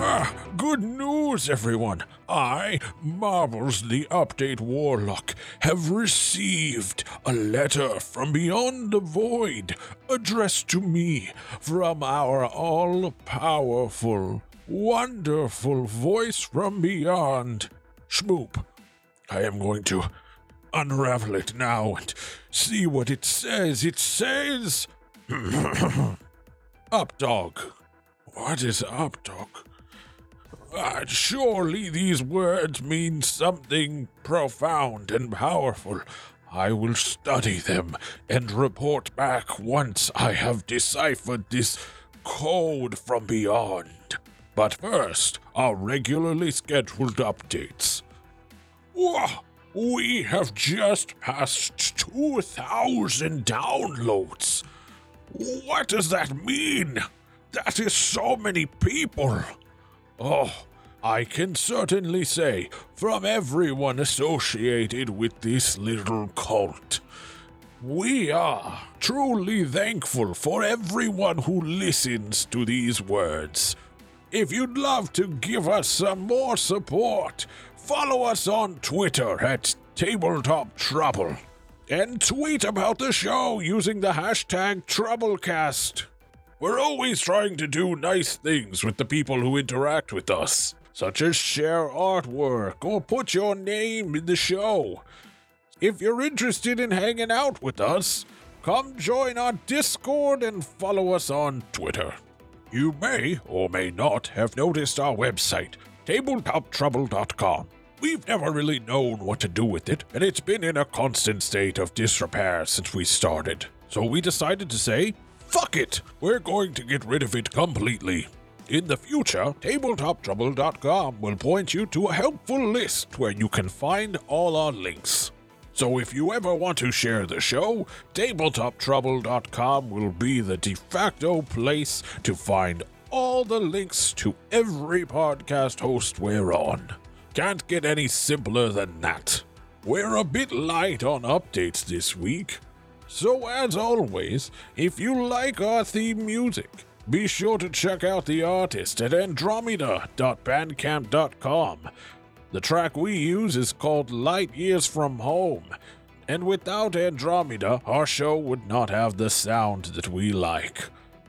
A: Ah, good news, everyone. I, Marbles the Update Warlock, have received a letter from beyond the void addressed to me from our all powerful, wonderful voice from beyond, Schmoop. I am going to unravel it now and see what it says. It says. *coughs* Updog. What is Updog? Uh, surely these words mean something profound and powerful. I will study them and report back once I have deciphered this code from beyond. But first, our regularly scheduled updates. Whoa! We have just passed 2,000 downloads. What does that mean? That is so many people. Oh, I can certainly say, from everyone associated with this little cult, we are truly thankful for everyone who listens to these words. If you'd love to give us some more support, follow us on Twitter at Tabletop Trouble and tweet about the show using the hashtag Troublecast. We're always trying to do nice things with the people who interact with us, such as share artwork or put your name in the show. If you're interested in hanging out with us, come join our Discord and follow us on Twitter. You may or may not have noticed our website, tabletoptrouble.com. We've never really known what to do with it, and it's been in a constant state of disrepair since we started. So we decided to say, fuck it! We're going to get rid of it completely. In the future, tabletoptrouble.com will point you to a helpful list where you can find all our links. So if you ever want to share the show, tabletoptrouble.com will be the de facto place to find all the links to every podcast host we're on. Can't get any simpler than that. We're a bit light on updates this week. So, as always, if you like our theme music, be sure to check out the artist at andromeda.bandcamp.com. The track we use is called Light Years from Home, and without Andromeda, our show would not have the sound that we like.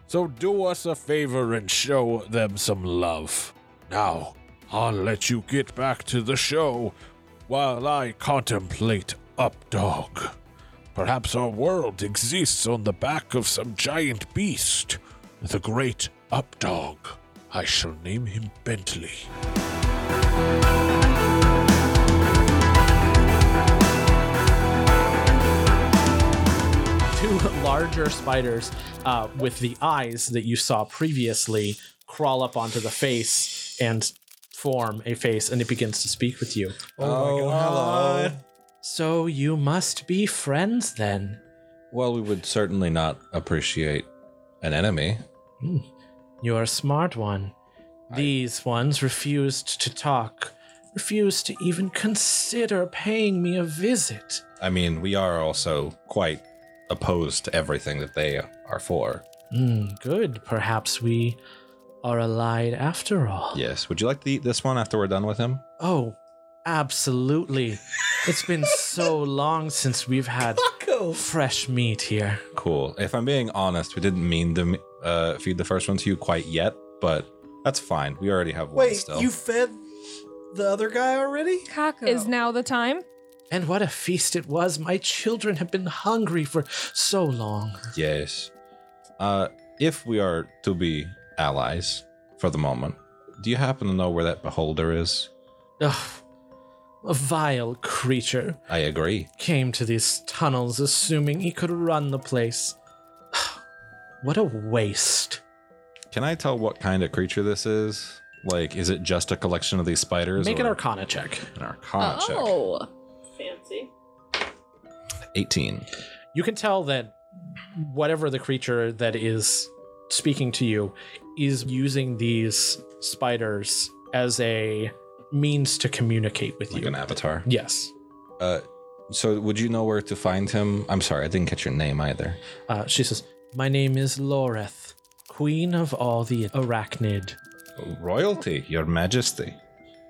A: So, do us a favor and show them some love. Now, I'll let you get back to the show while I contemplate Updog. Perhaps our world exists on the back of some giant beast, the great Updog. I shall name him Bentley.
B: two *laughs* larger spiders uh, with the eyes that you saw previously crawl up onto the
F: Oh
B: face and form a face, and it begins to speak with you.
D: Oh, my god.
B: So you must be friends then.
F: Well, we would certainly not appreciate an enemy.
B: You're a smart one. These ones refused to talk, refused to even consider paying me a visit.
F: I mean, we are also quite opposed to everything that they are for.
B: Hmm, good. Perhaps we are allied after all.
F: Yes. Would you like to eat this one after we're done with him?
B: Oh, absolutely. it's been so long since we've had fresh meat here.
F: Cool. If I'm being honest, we didn't mean to uh, feed the first one to you quite yet, but that's fine. We already have one
D: Wait,
F: still.
D: you fed the other guy already?
C: Kaku.
E: Is now the time?
B: And what a feast it was. My children have been hungry for so long.
F: yes. Uh, if we are to be allies for the moment, do you happen to know where that beholder is?
B: Ugh. A vile creature
F: I agree.
B: came to these tunnels assuming he could run the place. *sighs* what a waste.
F: Can I tell what kind of creature this is? Like, is it just a collection of these spiders?
B: Make an
F: or
B: arcana check.
F: an arcana
E: oh.
H: Fancy.
F: check. 18.
B: You can tell that whatever the creature that is speaking to you is using these spiders as a means to communicate with
F: Like
B: you.
F: an avatar.
B: Yes.
F: Uh, so would you know where to find him? I'm sorry, I didn't catch your name either.
B: Uh, she says, My name is Loreth, queen of all the arachnid.
F: Royalty, your majesty.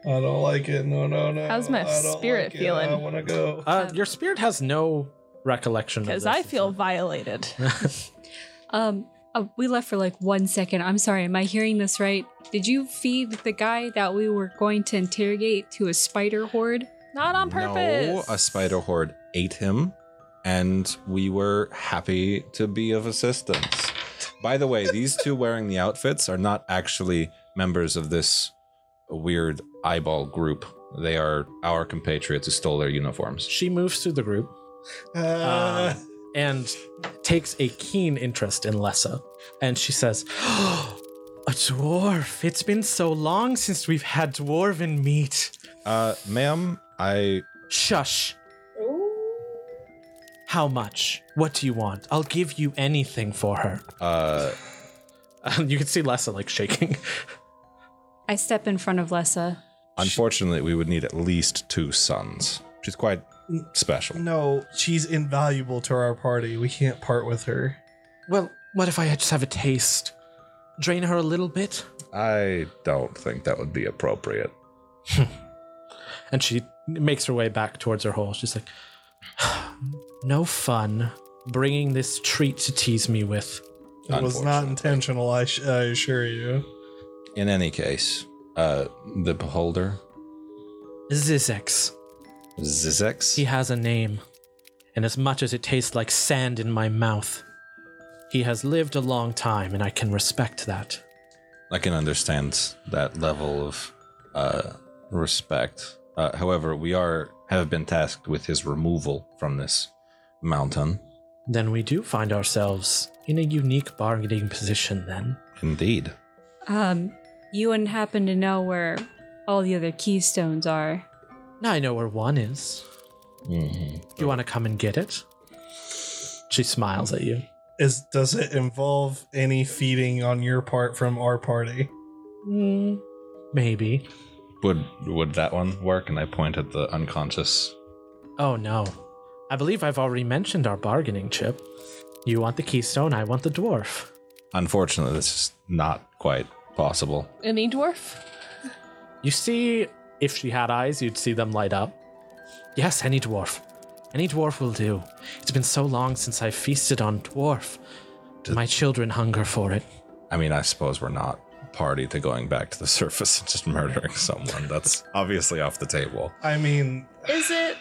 D: I don't like it. No, no, no.
E: How's my
D: I don't
E: spirit
D: like it.
E: feeling?
D: I want to go.
B: Uh, your spirit has no recollection of
E: Because
B: this.
E: I feel violated.
F: *laughs*
C: Um, uh, we left for like one second. I'm sorry. Am I hearing this right? Did you feed the guy that we were going to interrogate to a spider horde?
E: Not on purpose.
F: No, a spider horde ate him, and we were happy to be of assistance. By the way, these two wearing the outfits are not actually members of this weird eyeball group. They are our compatriots who stole their uniforms.
B: She moves through the group
D: Uh,
B: um, and takes a keen interest in Lessa. And she says, *gasps* A dwarf. It's been so long since we've had dwarven meat.
F: Uh, ma'am, I
B: Shush. How much? What do you want? I'll give you anything for her. *laughs*
F: uh,
B: Um, you can see Lessa like shaking. *laughs*
C: I step in front of Lessa.
F: unfortunately, we would need at least two sons. She's quite special.
D: no, she's invaluable to our party. We can't part with her.
B: Well, what if I just have a taste? Drain her a little bit?
F: I don't think that would be appropriate.
B: And she makes her way back towards her hole. She's like, *sighs* No fun bringing this treat to tease me with.
D: It was not
F: Unfortunately.
D: intentional, I, sh- I assure you.
F: In any case, uh, the beholder,
B: Zizex.
F: Zizex.
B: He has a name. And as much as it tastes like sand in my mouth, he has lived a long time, and I can respect that.
F: I can understand that level of uh, respect. Uh, however, we are have been tasked with his removal from this mountain.
B: Then we do find ourselves in a unique bargaining position, then.
F: Indeed.
C: Um, you wouldn't happen to know where all the other keystones are.
B: Now I know where one is. Do you want to come and get it? She smiles at you.
D: Is does it involve any feeding on your part from our party?
B: Mm, maybe.
F: Would would that one work? And I point at the unconscious.
B: Oh no. I believe I've already mentioned our bargaining chip. You want the keystone, I want the dwarf.
F: Unfortunately, this is not quite possible.
E: Any dwarf?
B: You see, if she had eyes, you'd see them light up. Yes, any dwarf. Any dwarf will do. It's been so long since I feasted on dwarf. My children hunger for it.
F: I mean, I suppose we're not party to going back to the *laughs* surface and just murdering someone. That's obviously off the table.
D: I mean,
E: Is it?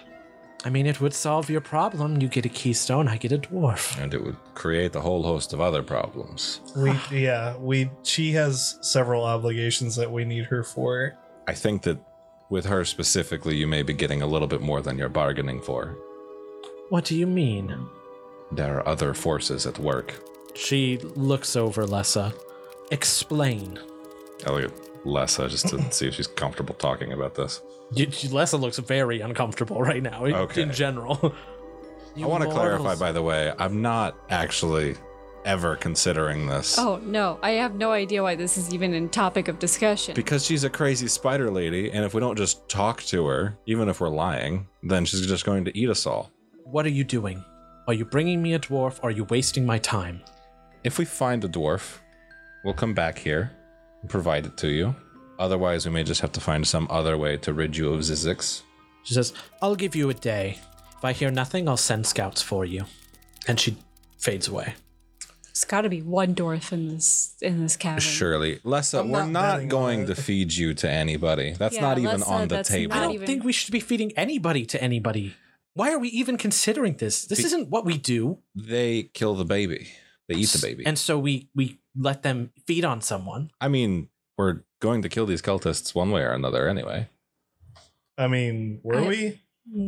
B: I mean, it would solve your problem. You get a keystone, I get a dwarf.
F: And it would create a whole host of other problems. *sighs*
D: we yeah, we she has several obligations that we need her for.
F: I think that with her specifically, you may be getting a little bit more than you're bargaining for.
B: What do you mean?
F: There are other forces at work.
B: She looks over Lessa. Explain.
F: Elliot Lessa just to see if she's comfortable talking about this.
B: You, you- Lessa looks very uncomfortable right now. In,
F: Okay.
B: in general,
F: I want to clarify,
B: by.
F: by the way, I'm not actually ever considering this.
C: Oh no, I have no idea why this is even in topic of discussion.
F: Because she's a crazy spider lady, and if we don't just talk to her, even if we're lying, then she's just going to eat us all.
B: What are you doing? Are you bringing me a dwarf? Are you wasting my time?
F: If we find a dwarf, we'll come back here and provide it to you. Otherwise, we may just have to find some other way to rid you of Zizix.
B: She says, I'll give you a day. If I hear nothing, I'll send scouts for you. And she fades away.
C: There's got to be one dwarf in this in this cabin.
F: Surely, Lessa,
D: Uh-huh. I'm
F: we're
D: not
F: not,
D: betting on
F: going
D: it.
F: to feed you to anybody. That's
C: Yeah,
F: not even
C: Lessa,
F: on the
C: that's
F: table.
B: I
C: Not e-
B: don't
C: even-
B: think we should be feeding anybody to anybody. Why are we even considering this? This
F: Be-
B: isn't what we do.
F: They kill the baby. They eat the baby.
B: And so we we let them feed on someone.
F: I mean, we're going to kill these cultists one way or another anyway.
D: I mean, were
C: I-
D: we?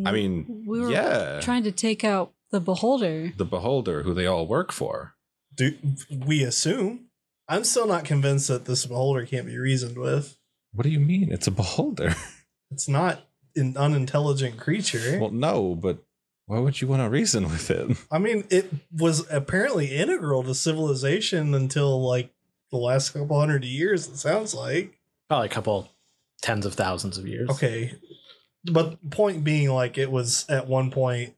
F: I mean,
C: Mm, we were
F: yeah.
C: trying to take out the beholder.
F: the beholder who they all work for.
D: Do we assume? I'm still not convinced that this beholder can't be reasoned with.
F: What do you mean? It's a beholder.
D: It's not an unintelligent creature.
F: well, no, but why would you want to reason with it?
D: I mean, it was apparently integral to civilization until like the last couple hundred years. It sounds like
B: Probably a couple tens of thousands of years.
D: okay, but point being, like it was at one point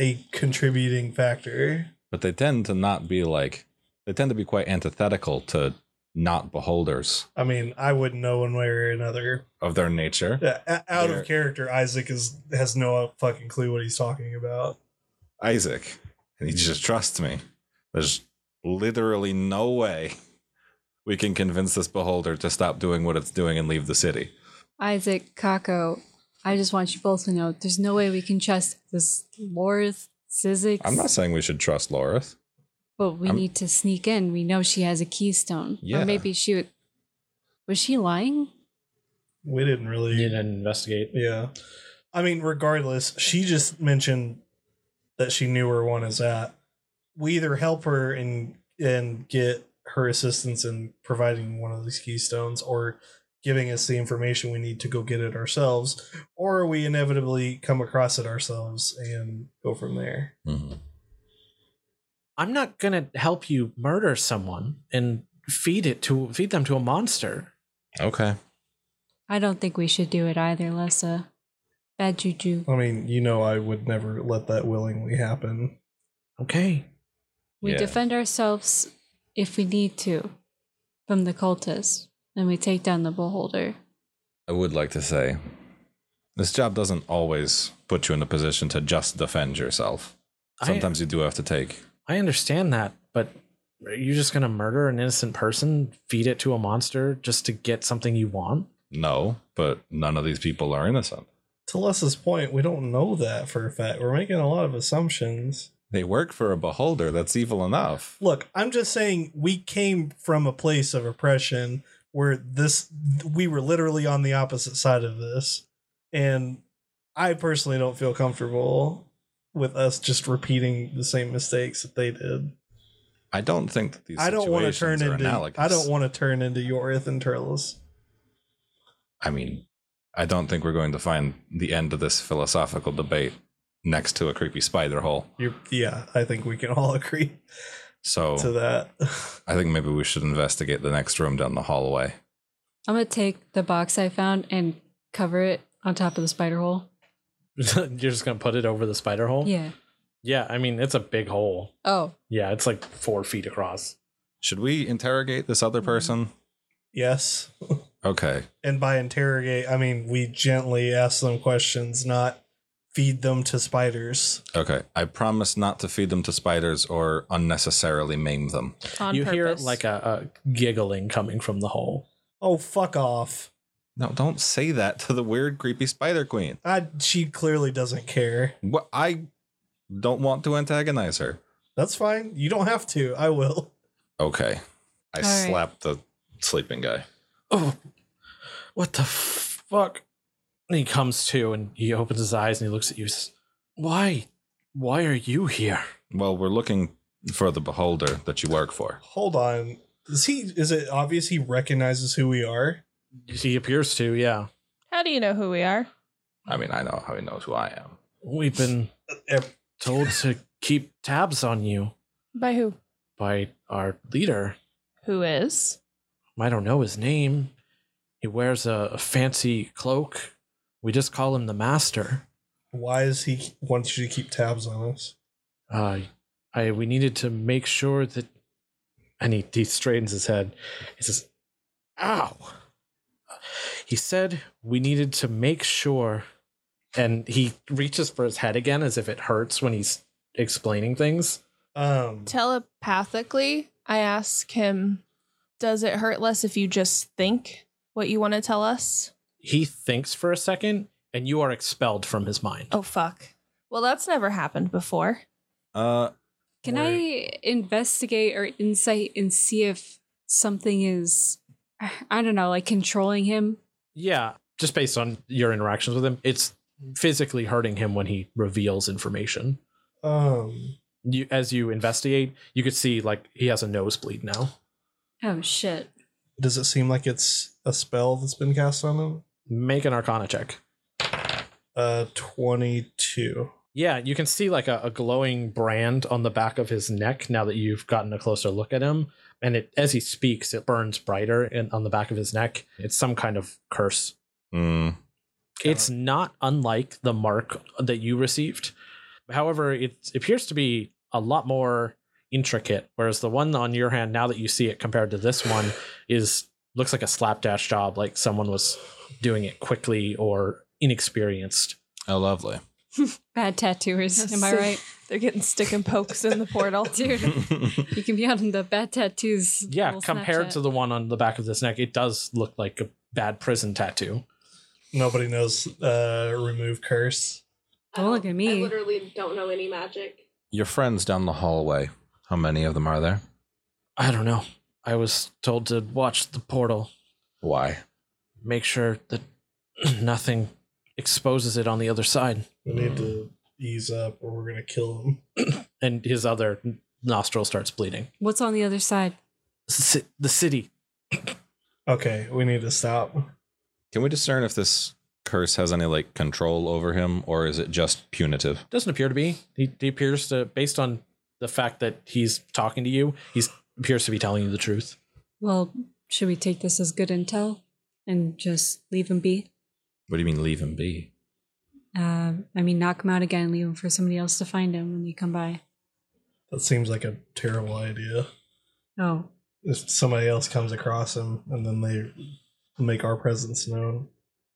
D: a contributing factor.
F: But they tend to not be like they tend to be quite antithetical to not beholders
D: I mean, I wouldn't know one way or another.
F: of their nature.
D: Yeah, o- out
F: There-
D: of character, Isaac is has no fucking clue what he's talking about.
F: Isaac, and he just trusts me. There's literally no way we can convince this beholder to stop doing what it's doing and leave the city.
C: Isaac, Kako, I just want you both to know there's no way we can trust this Lorth Sizzix.
F: I'm not saying we should trust Lorith.
C: But we
F: I'm-
C: need to sneak in. We know she has a keystone.
F: Yeah.
C: Or maybe she would. Was she lying?
D: We didn't really.
B: You didn't investigate.
D: Yeah. I mean, regardless, she just mentioned that she knew where one is at. We either help her and and get her assistance in providing one of these keystones or giving us the information we need to go get it ourselves, or we inevitably come across it ourselves and go from there.
F: Mm-hmm.
B: I'm not gonna help you murder someone and feed it to feed them to a monster.
F: Okay.
C: I don't think we should do it either, Lessa. Bad juju.
D: I mean, you know I would never let that willingly happen.
B: Okay.
C: We
F: Yeah.
C: defend ourselves if we need to from the cultists, and we take down the beholder.
F: I would like to say this job doesn't always put you in a position to just defend yourself.
B: I-
F: Sometimes you do have to take.
B: I understand that, but you're just gonna murder an innocent person, feed it to a monster just to get something you want. *laughs*
F: No, but none of these people are innocent.
D: To Les's point, we don't know that for a fact. We're making a lot of assumptions.
F: They work for a beholder. That's evil enough.
D: look i'm just saying we came from a place of oppression where this we were literally on the opposite side of this and i personally don't feel comfortable with us just repeating the same mistakes that they did
F: I don't think that these
D: i don't want to
F: situations
D: turn
F: are
D: into
F: analogous.
D: i don't want to turn into yorith and turles
F: I mean, I don't think we're going to find the end of this philosophical debate next to a creepy spider hole.
D: You're, yeah i think we can all *laughs* agree
F: So
D: to that *laughs*
F: I think maybe we should investigate the next room down the hallway.
C: I'm gonna take the box I found and cover it on top of the spider hole.
B: you're just gonna put it over the spider
F: Oh.
B: hole?
C: Yeah.
B: Yeah, I mean it's a big hole.
C: Oh,
B: Yeah, it's like four feet across.
F: Should we interrogate this
D: Mm-hmm.
F: other person?
D: yes
F: Okay.
D: and by interrogate i mean we gently ask them questions not feed them to spiders
F: Okay. I promise not to feed them to spiders or unnecessarily maim them.
E: On
B: you hear
E: purpose.
B: like a, a giggling coming from the hole.
D: oh fuck off
F: No, don't say that to the weird, creepy spider queen.
D: I, she clearly doesn't care.
F: What I don't want to antagonize her.
D: That's fine. You don't have to. I will.
F: Okay. I
C: All right.
F: slapped the sleeping guy.
B: Oh what the fuck? And he comes to and he opens his eyes and he looks at you and says, Why? Why are you here?
F: Well, we're looking for the beholder that you work for.
D: Hold on. Is he? Is it obvious he recognizes who we are?
B: He appears to, yeah.
E: How do you know who we are?
F: I mean, I know how he knows who I am.
B: We've been
D: Ev-
B: told to keep tabs on you
E: By who?
B: by our leader.
E: Who is?
B: I don't know his name. He wears a, a fancy cloak. We just call him the master.
D: Why is he wants you to keep tabs on us?
B: Uh, I we needed to make sure that, and he, he straightens his head. He says, "Ow." He said we needed to make sure, and he reaches for his head again as if it hurts when he's explaining things.
D: Um,
E: Telepathically, I ask him, does it hurt less if you just think what you want to tell us?
B: He thinks for a second, and you are expelled from his mind.
E: Oh, fuck. Well, that's never happened before.
F: Uh,
C: Can I investigate or insight and see if something is, *sighs* I don't know, like controlling him?
B: Yeah, just based on your interactions with him, it's physically hurting him when he reveals information.
D: um,
B: You, as you investigate, you could see like he has a nosebleed now.
C: Oh shit!
D: does it seem like it's a spell that's been cast on him?
B: Make an Arcana check.
D: Uh, twenty-two.
B: Yeah, you can see like a, a glowing brand on the back of his neck now that you've gotten a closer look at him. And it, as he speaks, it burns brighter in, on the back of his neck. It's some kind of curse.
F: mm,
B: It's not unlike the mark that you received. However, it appears to be a lot more intricate, whereas the one on your hand, now that you see it compared to this one, is looks like a slapdash job, like someone was doing it quickly or inexperienced.
F: oh, lovely.
C: Bad tattooers, am I right,
E: They're getting stick and pokes in the portal.
C: dude? You can be on the bad tattoos.
B: Yeah,
C: little
B: compared
C: Snapchat.
B: to the one on the back of this neck, it does look like a bad prison tattoo.
D: Nobody knows. Uh, remove curse.
H: I
G: Oh,
C: Don't look
H: don't-
C: at me.
H: I literally don't know any magic.
F: *laughs* Your friends down the hallway. How many of them are there?
B: I don't know. I was told to watch the portal,
F: Why?
B: make sure that *clears throat* nothing exposes it on the other side.
D: We need to ease up, or we're gonna kill him.
B: and his other nostril starts bleeding.
C: What's on the other side?
B: C- the city.
D: Okay, we need to stop.
F: Can we discern if this curse has any like control over him, or is it just punitive?
B: Doesn't appear to be. He, he appears to, based on the fact that he's talking to you, he's appears to be telling you the truth.
C: Well, should we take this as good intel and just leave him be?
F: What do you mean leave him be?
C: Uh, I mean, knock him out again and leave him for somebody else to find him when they come by.
D: That seems like a terrible idea.
C: Oh,
D: If somebody else comes across him, and then they make our presence known.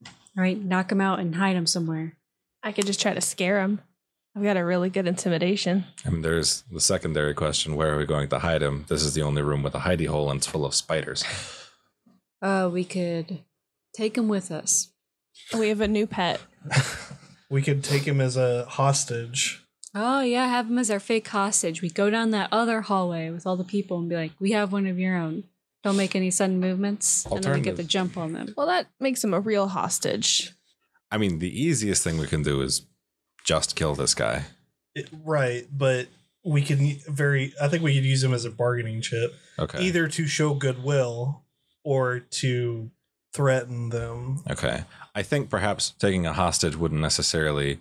C: all right, knock him out and hide him somewhere.
E: *laughs* I could just try to scare him. I've got a really good intimidation.
F: I mean, there's the secondary question: Where are we going to hide him? This is the only room with a hidey hole, and it's full of spiders.
C: Uh, we could take him with us.
E: We have a new pet.
D: We could take him as a hostage.
C: Oh yeah, have him as our fake hostage. We go down that other hallway with all the people and be like, "We have one of your own. Don't make any sudden movements." And then we get the
F: Alternative.
C: jump on them.
E: Well, that makes him a real hostage.
F: I mean, the easiest thing we can do is just kill this guy.
D: It- right, but we could ne- very. I think we could use him as a bargaining chip,
F: Okay.
D: either to show goodwill or to threaten them.
F: Okay. I think perhaps taking a hostage wouldn't necessarily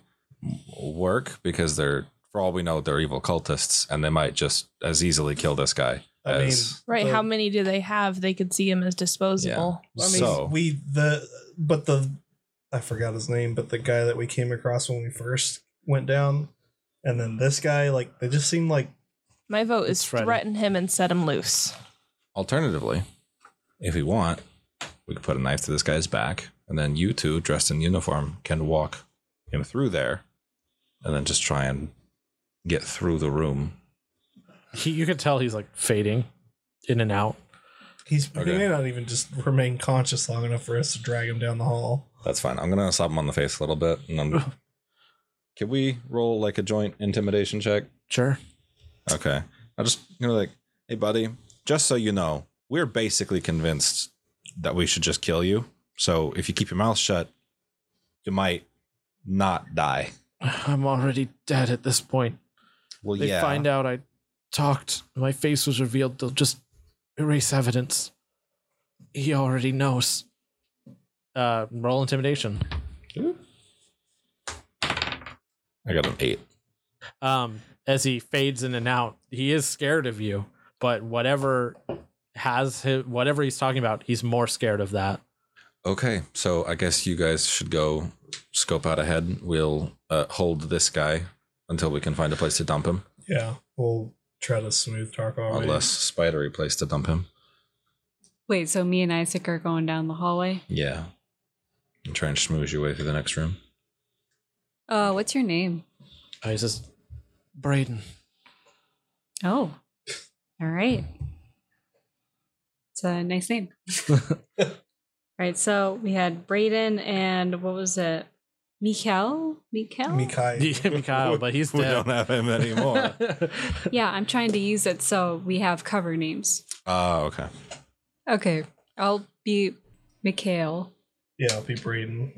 F: work because they're, for all we know, they're evil cultists and they might just as easily kill this guy.
D: I mean,
F: as-
E: Right?
D: the-
B: Oh.
E: How many do they have? They could see him as disposable.
D: I mean,
F: so
D: we the but the I forgot his name, but the guy that we came across when we first went down, and then this guy, like they just seem like
E: My vote
B: It's
E: is
B: Freddy.
E: threaten him and set him loose.
F: alternatively, if we want, we could put a knife to this guy's back and then you two, dressed in uniform, can walk him through there and then just try and get through the room.
B: He, you can tell he's like fading in and out.
D: he's
F: Okay.
D: he may not even just remain conscious long enough for us to drag him down the hall.
F: That's fine. I'm going to slap him on the face a little bit
D: *laughs*
F: and I'm. Can we roll like a joint intimidation check?
B: Sure.
F: Okay. I just you know like, hey buddy, just so you know, we're basically convinced that we should just kill you. So if you keep your mouth shut, you might not die.
B: I'm already dead at this point.
F: Well,
B: They
F: yeah.
B: find out I talked, my face was revealed, they'll just erase evidence. He already knows. Uh, roll intimidation.
F: I got an eight.
B: um, as he fades in and out. He is scared of you, but whatever has his, whatever he's talking about, he's more scared of that.
F: Okay, so I guess you guys should go scope out ahead. We'll uh, hold this guy until we can find a place to dump him,
D: Yeah, we'll try to smooth talk all
F: unless spidery place to dump him.
C: Wait, so me and Isaac are going down the hallway.
F: Yeah, and try and schmooze your way through the next room.
C: Uh, what's your name?
B: Oh, he says, *laughs* "Braden,
C: Oh, all right. It's a nice name. all right, so we had Braden and what was it? Mikhail? Mikhail?
D: Mikai.
B: Mikhail, but he's
F: *laughs* we
B: dead."
F: don't have him anymore.
B: *laughs*
C: Yeah, I'm trying to use it so we have cover names.
F: *laughs* Ah, okay.
C: Okay, I'll be Mikhail.
D: Yeah, I'll be Braden.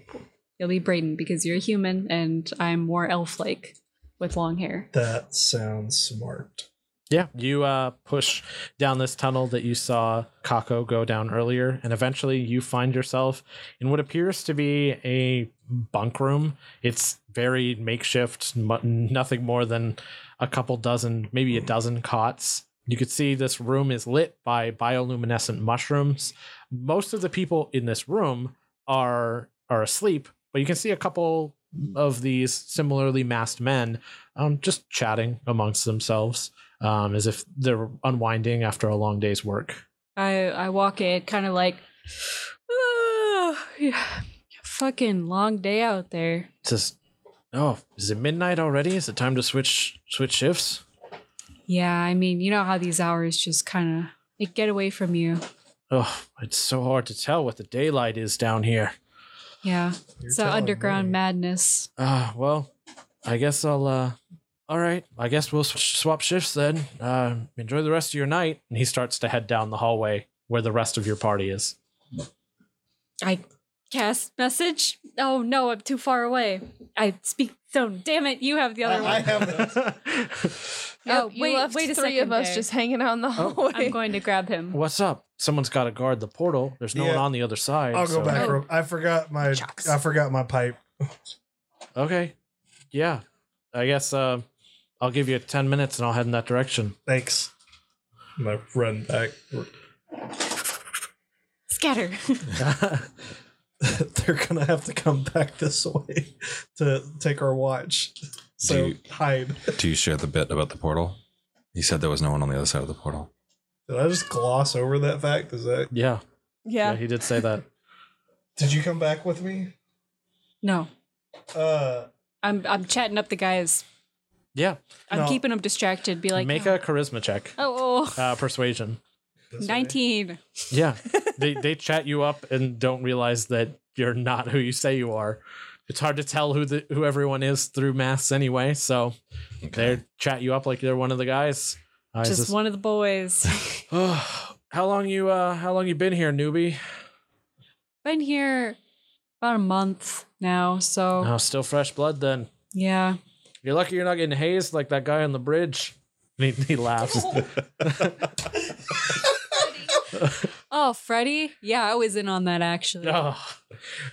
C: You'll be Braden because you're a human and I'm more elf like with long hair.
D: That sounds smart.
B: yeah, you uh, push down this tunnel that you saw Kako go down earlier, and eventually you find yourself in what appears to be a bunk room. It's very makeshift, mu- nothing more than a couple dozen, maybe a dozen cots. You could see this room is lit by bioluminescent mushrooms. Most of the people in this room are are asleep, but you can see a couple of these similarly masked men um, just chatting amongst themselves um, as if they're unwinding after a long day's work.
C: I I walk in kind of like, oh, yeah, fucking long day out there.
B: Says, "Oh, is it midnight already? Is it time to switch switch shifts?"
C: Yeah, I mean, you know how these hours just kind of they get away from you.
B: Oh, it's so hard to tell what the daylight is down here.
C: Yeah,
D: You're
C: it's the
D: telling
C: underground
D: me.
C: madness.
B: Uh, well, I guess I'll. uh All right, I guess we'll sw- swap shifts then. Uh, enjoy the rest of your night. And he starts to head down the hallway where the rest of your party is.
C: I cast message. Oh no, I'm too far away. I speak. So damn it, you have the other
D: I
C: one.
D: have
C: Oh,
E: Yep, you
C: wait,
E: left
C: wait a
E: three
C: second
E: of us
C: there.
E: just hanging out in
B: Oh,
E: the hallway.
C: *laughs* I'm going to grab him.
B: *laughs* What's up? Someone's got to guard the portal. There's no
D: Yeah.
B: one on the other side.
D: I'll go
B: so-
D: back.
C: Oh.
D: real- I forgot my
E: Shucks.
D: I forgot my pipe.
B: Okay. Yeah. I guess uh, I'll give you 10 minutes and I'll head in that direction. *laughs*
D: Thanks. I'm gonna run back. *laughs*
C: Scatter.
D: They're gonna have to come back this way to take our watch. So
F: you-
D: hide.
F: Do you share the bit about the portal? He said there was no one on the other side of the portal.
D: Did I just gloss over that fact? Is that
B: yeah.
E: *laughs* yeah.
B: Yeah. He did say that.
D: did you come back with me?
C: no,
D: Uh
C: I'm I'm chatting up the guys.
B: Yeah.
C: I'm
D: No.
C: keeping them distracted. Be like,
B: Make
C: oh,
B: a charisma check.
C: oh, oh,
B: Uh, persuasion.
C: *laughs*
D: that's what I-
C: 19. *laughs*
B: Yeah. they, they chat you up and don't realize that you're not who you say you are. It's hard to tell who the, who everyone is through masks anyway. So they chat you up like they're one of the guys. I
C: Just one of the boys. *laughs*
B: how long you uh how long you been here, newbie?
C: Been here about a month now, so
B: Oh, still fresh blood then.
C: yeah.
B: You're lucky you're not getting hazed like that guy on the bridge. *laughs* And he, he laughs.
C: Oh, Freddy? Yeah, I was in on that actually.
B: Oh,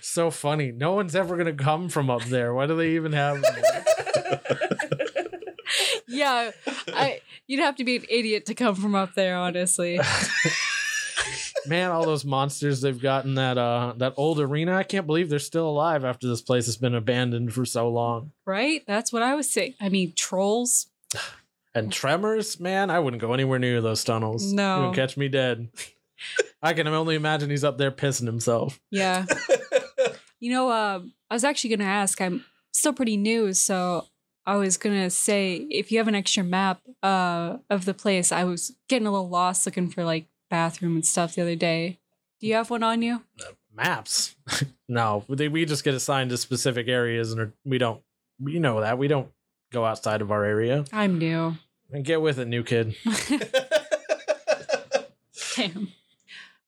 B: so funny. No one's ever going to come from up there. Why do they even have.
C: *laughs* Yeah, I you'd have to be an idiot to come from up there, honestly.
B: Man, all those monsters they've got in that, uh, that old arena. I can't believe they're still alive after this place has been abandoned for so long.
C: right? That's what I was saying. I mean, trolls.
B: And tremors, man, I wouldn't go anywhere near those tunnels.
C: No.
B: You would catch me dead. I can only imagine he's up there pissing himself.
C: *laughs* Yeah. you know, uh, I was actually gonna ask. I'm still pretty new, so I was gonna say if you have an extra map uh, of the place, I was getting a little lost looking for like bathroom and stuff the other day. Do you have one on you?
B: Maps. *laughs* no, they, we just get assigned to specific areas and are, we don't, you know that. We don't go outside of our area.
C: I'm new.
B: And get with it, new kid.
C: Damn.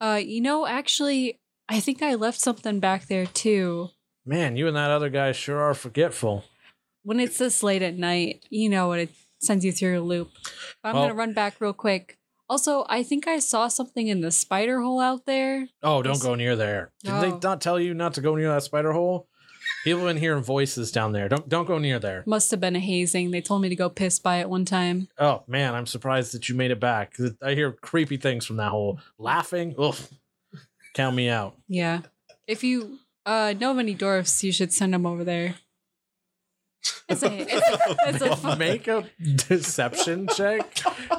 C: Uh, you know, actually, I think I left something back there too.
B: Man, you and that other guy sure are forgetful.
C: When it's this late at night, you know what it sends you through a loop. I'm
B: Well-
C: gonna run back real quick. Also, I think I saw something in the spider hole out there.
B: Oh, don't
C: Yes.
B: go near there. Did they
C: No.
B: not tell you not to go near that spider hole? People have been hearing voices down there. Don't don't go near there.
C: Must have been a hazing. They told me to go piss by it one time.
B: Oh man, I'm surprised that you made it back. 'Cause I hear creepy things from that hole. Laughing. Ugh. Count me out.
C: Yeah. If you uh, know of any dwarfs, you should send them over there. It's a, it's a, it's a
B: Make a *laughs* deception check.
D: *laughs*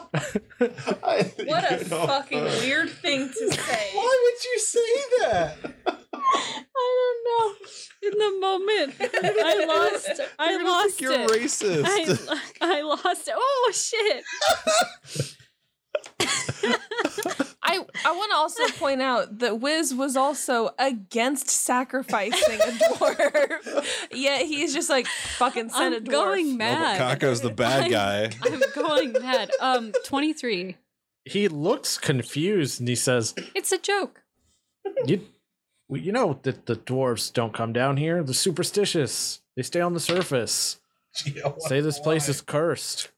E: What a
B: *laughs*
E: fucking weird thing *laughs* to say.
D: Why would you say that?
E: I don't know.
I: in the moment. I lost. I lost
F: you're
I: it.
F: racist.
C: *laughs*
I: I, lo- I lost it. Oh shit!
E: I I want to *laughs* also point out that Wiz was also against sacrificing *laughs* a dwarf. Yet he's just like fucking send a
C: I'm
E: dwarf.
C: going
F: No, but
C: mad.
F: Kako's the bad guy.
C: I'm going mad. Um, 23.
B: He looks confused and he says,
C: It's a joke.
B: "You, well, you know that the dwarves don't come down here. They're superstitious. They stay on the surface. Say this place is cursed.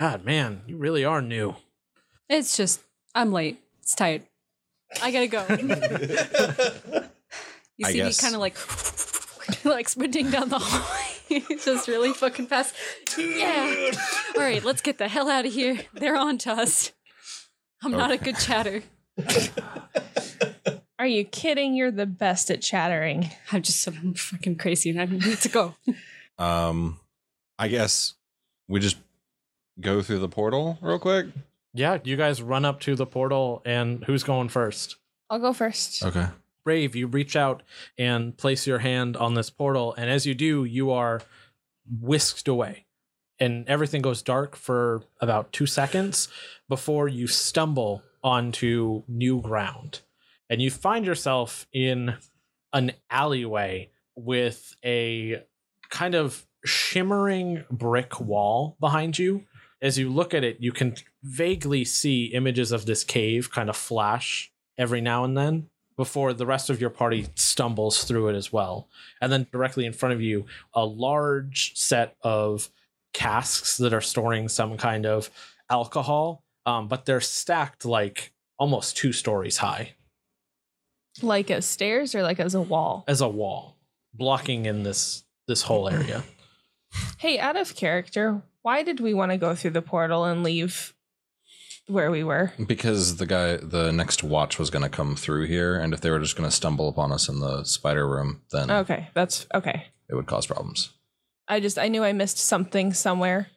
B: God, man, you really are new."
C: It's just, I'm late. It's tight. I gotta
F: *laughs*
C: go. you
F: I
C: see
F: guess.
C: me kind of like, *laughs* like sprinting down the hallway, *laughs* just really fucking fast. Yeah. All right, let's get the hell out of here. They're on to us. I'm not a good chatter.
E: Are you kidding? You're the best at chattering.
C: I'm just, I'm fucking crazy, and I need to go.
F: Um, I guess we just go through the portal real quick.
B: Yeah, you guys run up to the portal, and who's going first?
E: I'll go first.
F: Okay.
B: Brave, you reach out and place your hand on this portal, and as you do, you are whisked away. And everything goes dark for about two seconds before you stumble onto new ground. And you find yourself in an alleyway with a kind of shimmering brick wall behind you. As you look at it, you can vaguely see images of this cave kind of flash every now and then before the rest of your party stumbles through it as well. And then directly in front of you, a large set of casks that are storing some kind of alcohol, um, but they're stacked like almost two stories high
E: Like as stairs or like as a wall?
B: as a wall, blocking in this this whole area.
E: Hey, out of character, why did we want to go through the portal and leave where we were?
F: Because the guy, the next watch was going to come through here, and if they were just going to stumble upon us in the spider room, then
E: Okay, that's okay.
F: it would cause problems.
E: I just I knew I missed something somewhere.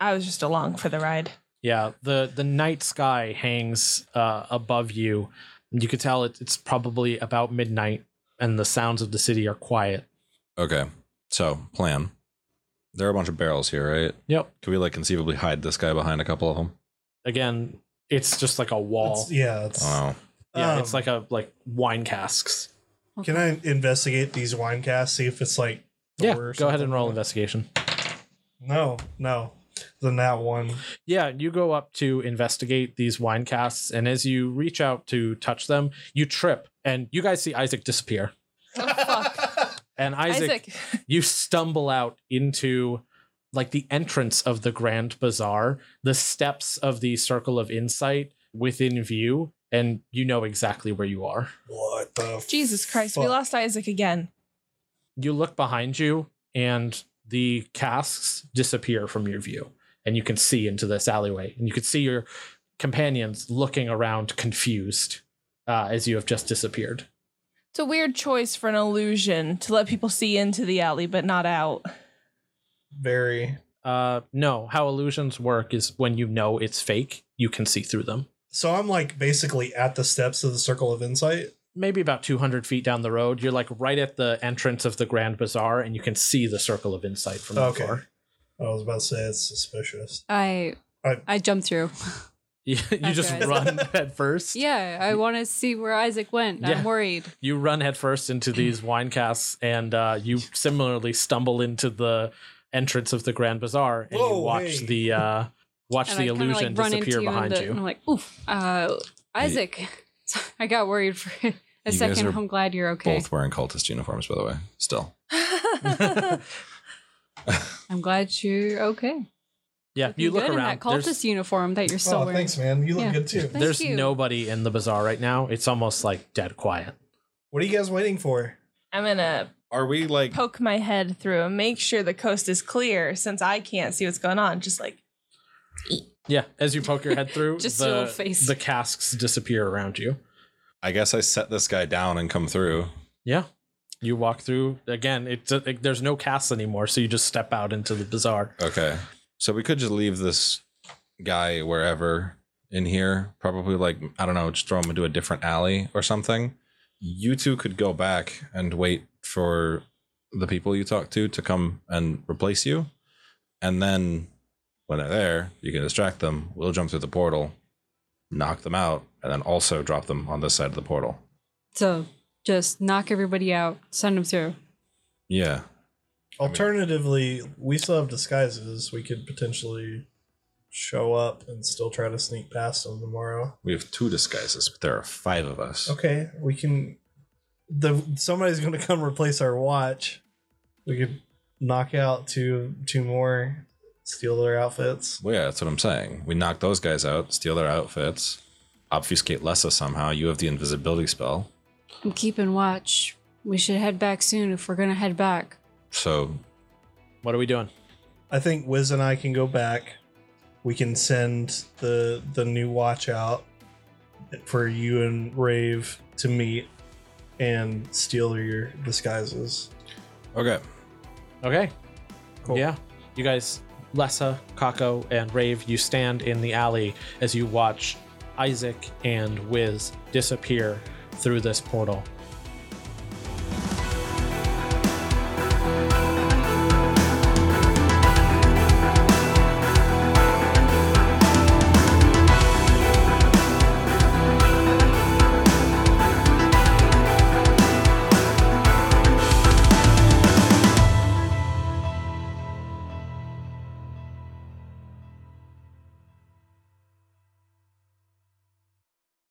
E: I was just along for the ride.
B: Yeah, the the night sky hangs uh, above you. You could tell it, it's probably about midnight, and the sounds of the city are quiet.
F: Okay. So, plan. There are a bunch of barrels here, right?
B: Yep.
F: Could we, like, conceivably hide this guy behind a couple of them?
B: Again, it's just like a wall.
D: It's- yeah, it's,
F: Oh.
B: Yeah,
D: um,
B: it's like a like wine casks.
D: Can I investigate these wine casts? See if it's like
B: Yeah,
D: Thor or
B: go ahead and
D: something?
B: roll investigation.
D: No, no, then that one.
B: Yeah, you go up to investigate these wine casts, and as you reach out to touch them, you trip, and you guys see Isaac disappear. And Isaac, you stumble out into like the entrance of the Grand Bazaar, the steps of the Circle of Insight within view, and you know exactly where you are.
D: *laughs* What the?
E: Jesus Christ, we
D: fuck?
E: lost Isaac again.
B: you look behind you and the casks disappear from your view and you can see into this alleyway and you can see your companions looking around confused uh, as you have just disappeared
E: It's a weird choice for an illusion to let people see into the alley but not out.
D: Very.
B: uh, no how illusions work is when you know it's fake you can see through them
D: So I'm like basically at the steps of the Circle of Insight.
B: maybe about 200 feet down the road you're like right at the entrance of the grand bazaar and you can see the circle of insight from
D: Okay.
B: afar
D: I was about to say it's suspicious.
C: I,
D: I-
C: I jumped through.
B: *laughs* you, you just
C: Okay.
B: run *laughs* head first
C: Yeah, I want to see where Isaac went.
B: Yeah.
C: I'm worried.
B: you run headfirst into these
D: *clears throat*
B: wine casks and uh, you similarly stumble into the entrance of the grand bazaar and
D: Whoa,
B: you watch
D: hey.
B: the uh, watch
C: and
B: the
C: I kinda, like,
B: illusion
C: run
B: disappear
C: into you
B: behind
C: and the-
B: you
C: and I'm like, oof, uh, Isaac. *laughs* I got worried for a
F: guys
C: second.
F: are
C: I'm glad you're okay.
F: Both wearing cultist uniforms, by the way. Still.
E: I
C: I'm glad you're okay.
B: Yeah, you look
C: good
B: around.
C: in that cultist
B: there's
C: uniform that you're still
D: oh,
C: wearing.
D: thanks, man. You look
C: Yeah.
D: good too.
E: *laughs*
C: Thank
B: there's
C: you.
B: nobody in the bazaar right now. It's almost like dead quiet.
D: What are you guys waiting for?
E: I'm gonna
F: Are we like
E: poke my head through and make sure the coast is clear since I can't see what's going on. Just like
B: Yeah, as you poke your
C: *laughs*
B: head through,
C: Just a
B: the,
C: little face.
B: the casks disappear around you.
F: I guess I set this guy down and come through.
B: Yeah. You walk through again. It's a, it- there's no cast anymore, so you just step out into the bazaar.
F: Okay. So we could just leave this guy wherever in here. Probably like I don't know, just throw him into a different alley or something. You two could go back and wait for the people you talk to to come and replace you. And then when they're there, you can distract them. We'll jump through the portal, knock them out, and then also drop them on this side of the portal.
C: So just knock everybody out, send them through.
F: Yeah.
D: Alternatively, we still have disguises. We could potentially show up and still try to sneak past them tomorrow.
F: We have two disguises, but there are five of us.
D: Okay, we can. The somebody's going to come replace our watch. We could knock out two two more, steal their outfits.
F: Well, yeah, that's what I'm saying. We knock those guys out, steal their outfits, obfuscate Lessa somehow. You have the invisibility spell.
C: I'm keeping watch. We should head back soon if we're gonna head back.
F: So,
B: What are we doing?
D: I think Wiz and I can go back. We can send the the new watch out for you and Rave to meet and steal your disguises.
F: okay.
B: Okay.
D: Cool.
B: Yeah. You guys, Lessa, Kako, and Rave, you stand in the alley as you watch Isaac and Wiz disappear through this portal.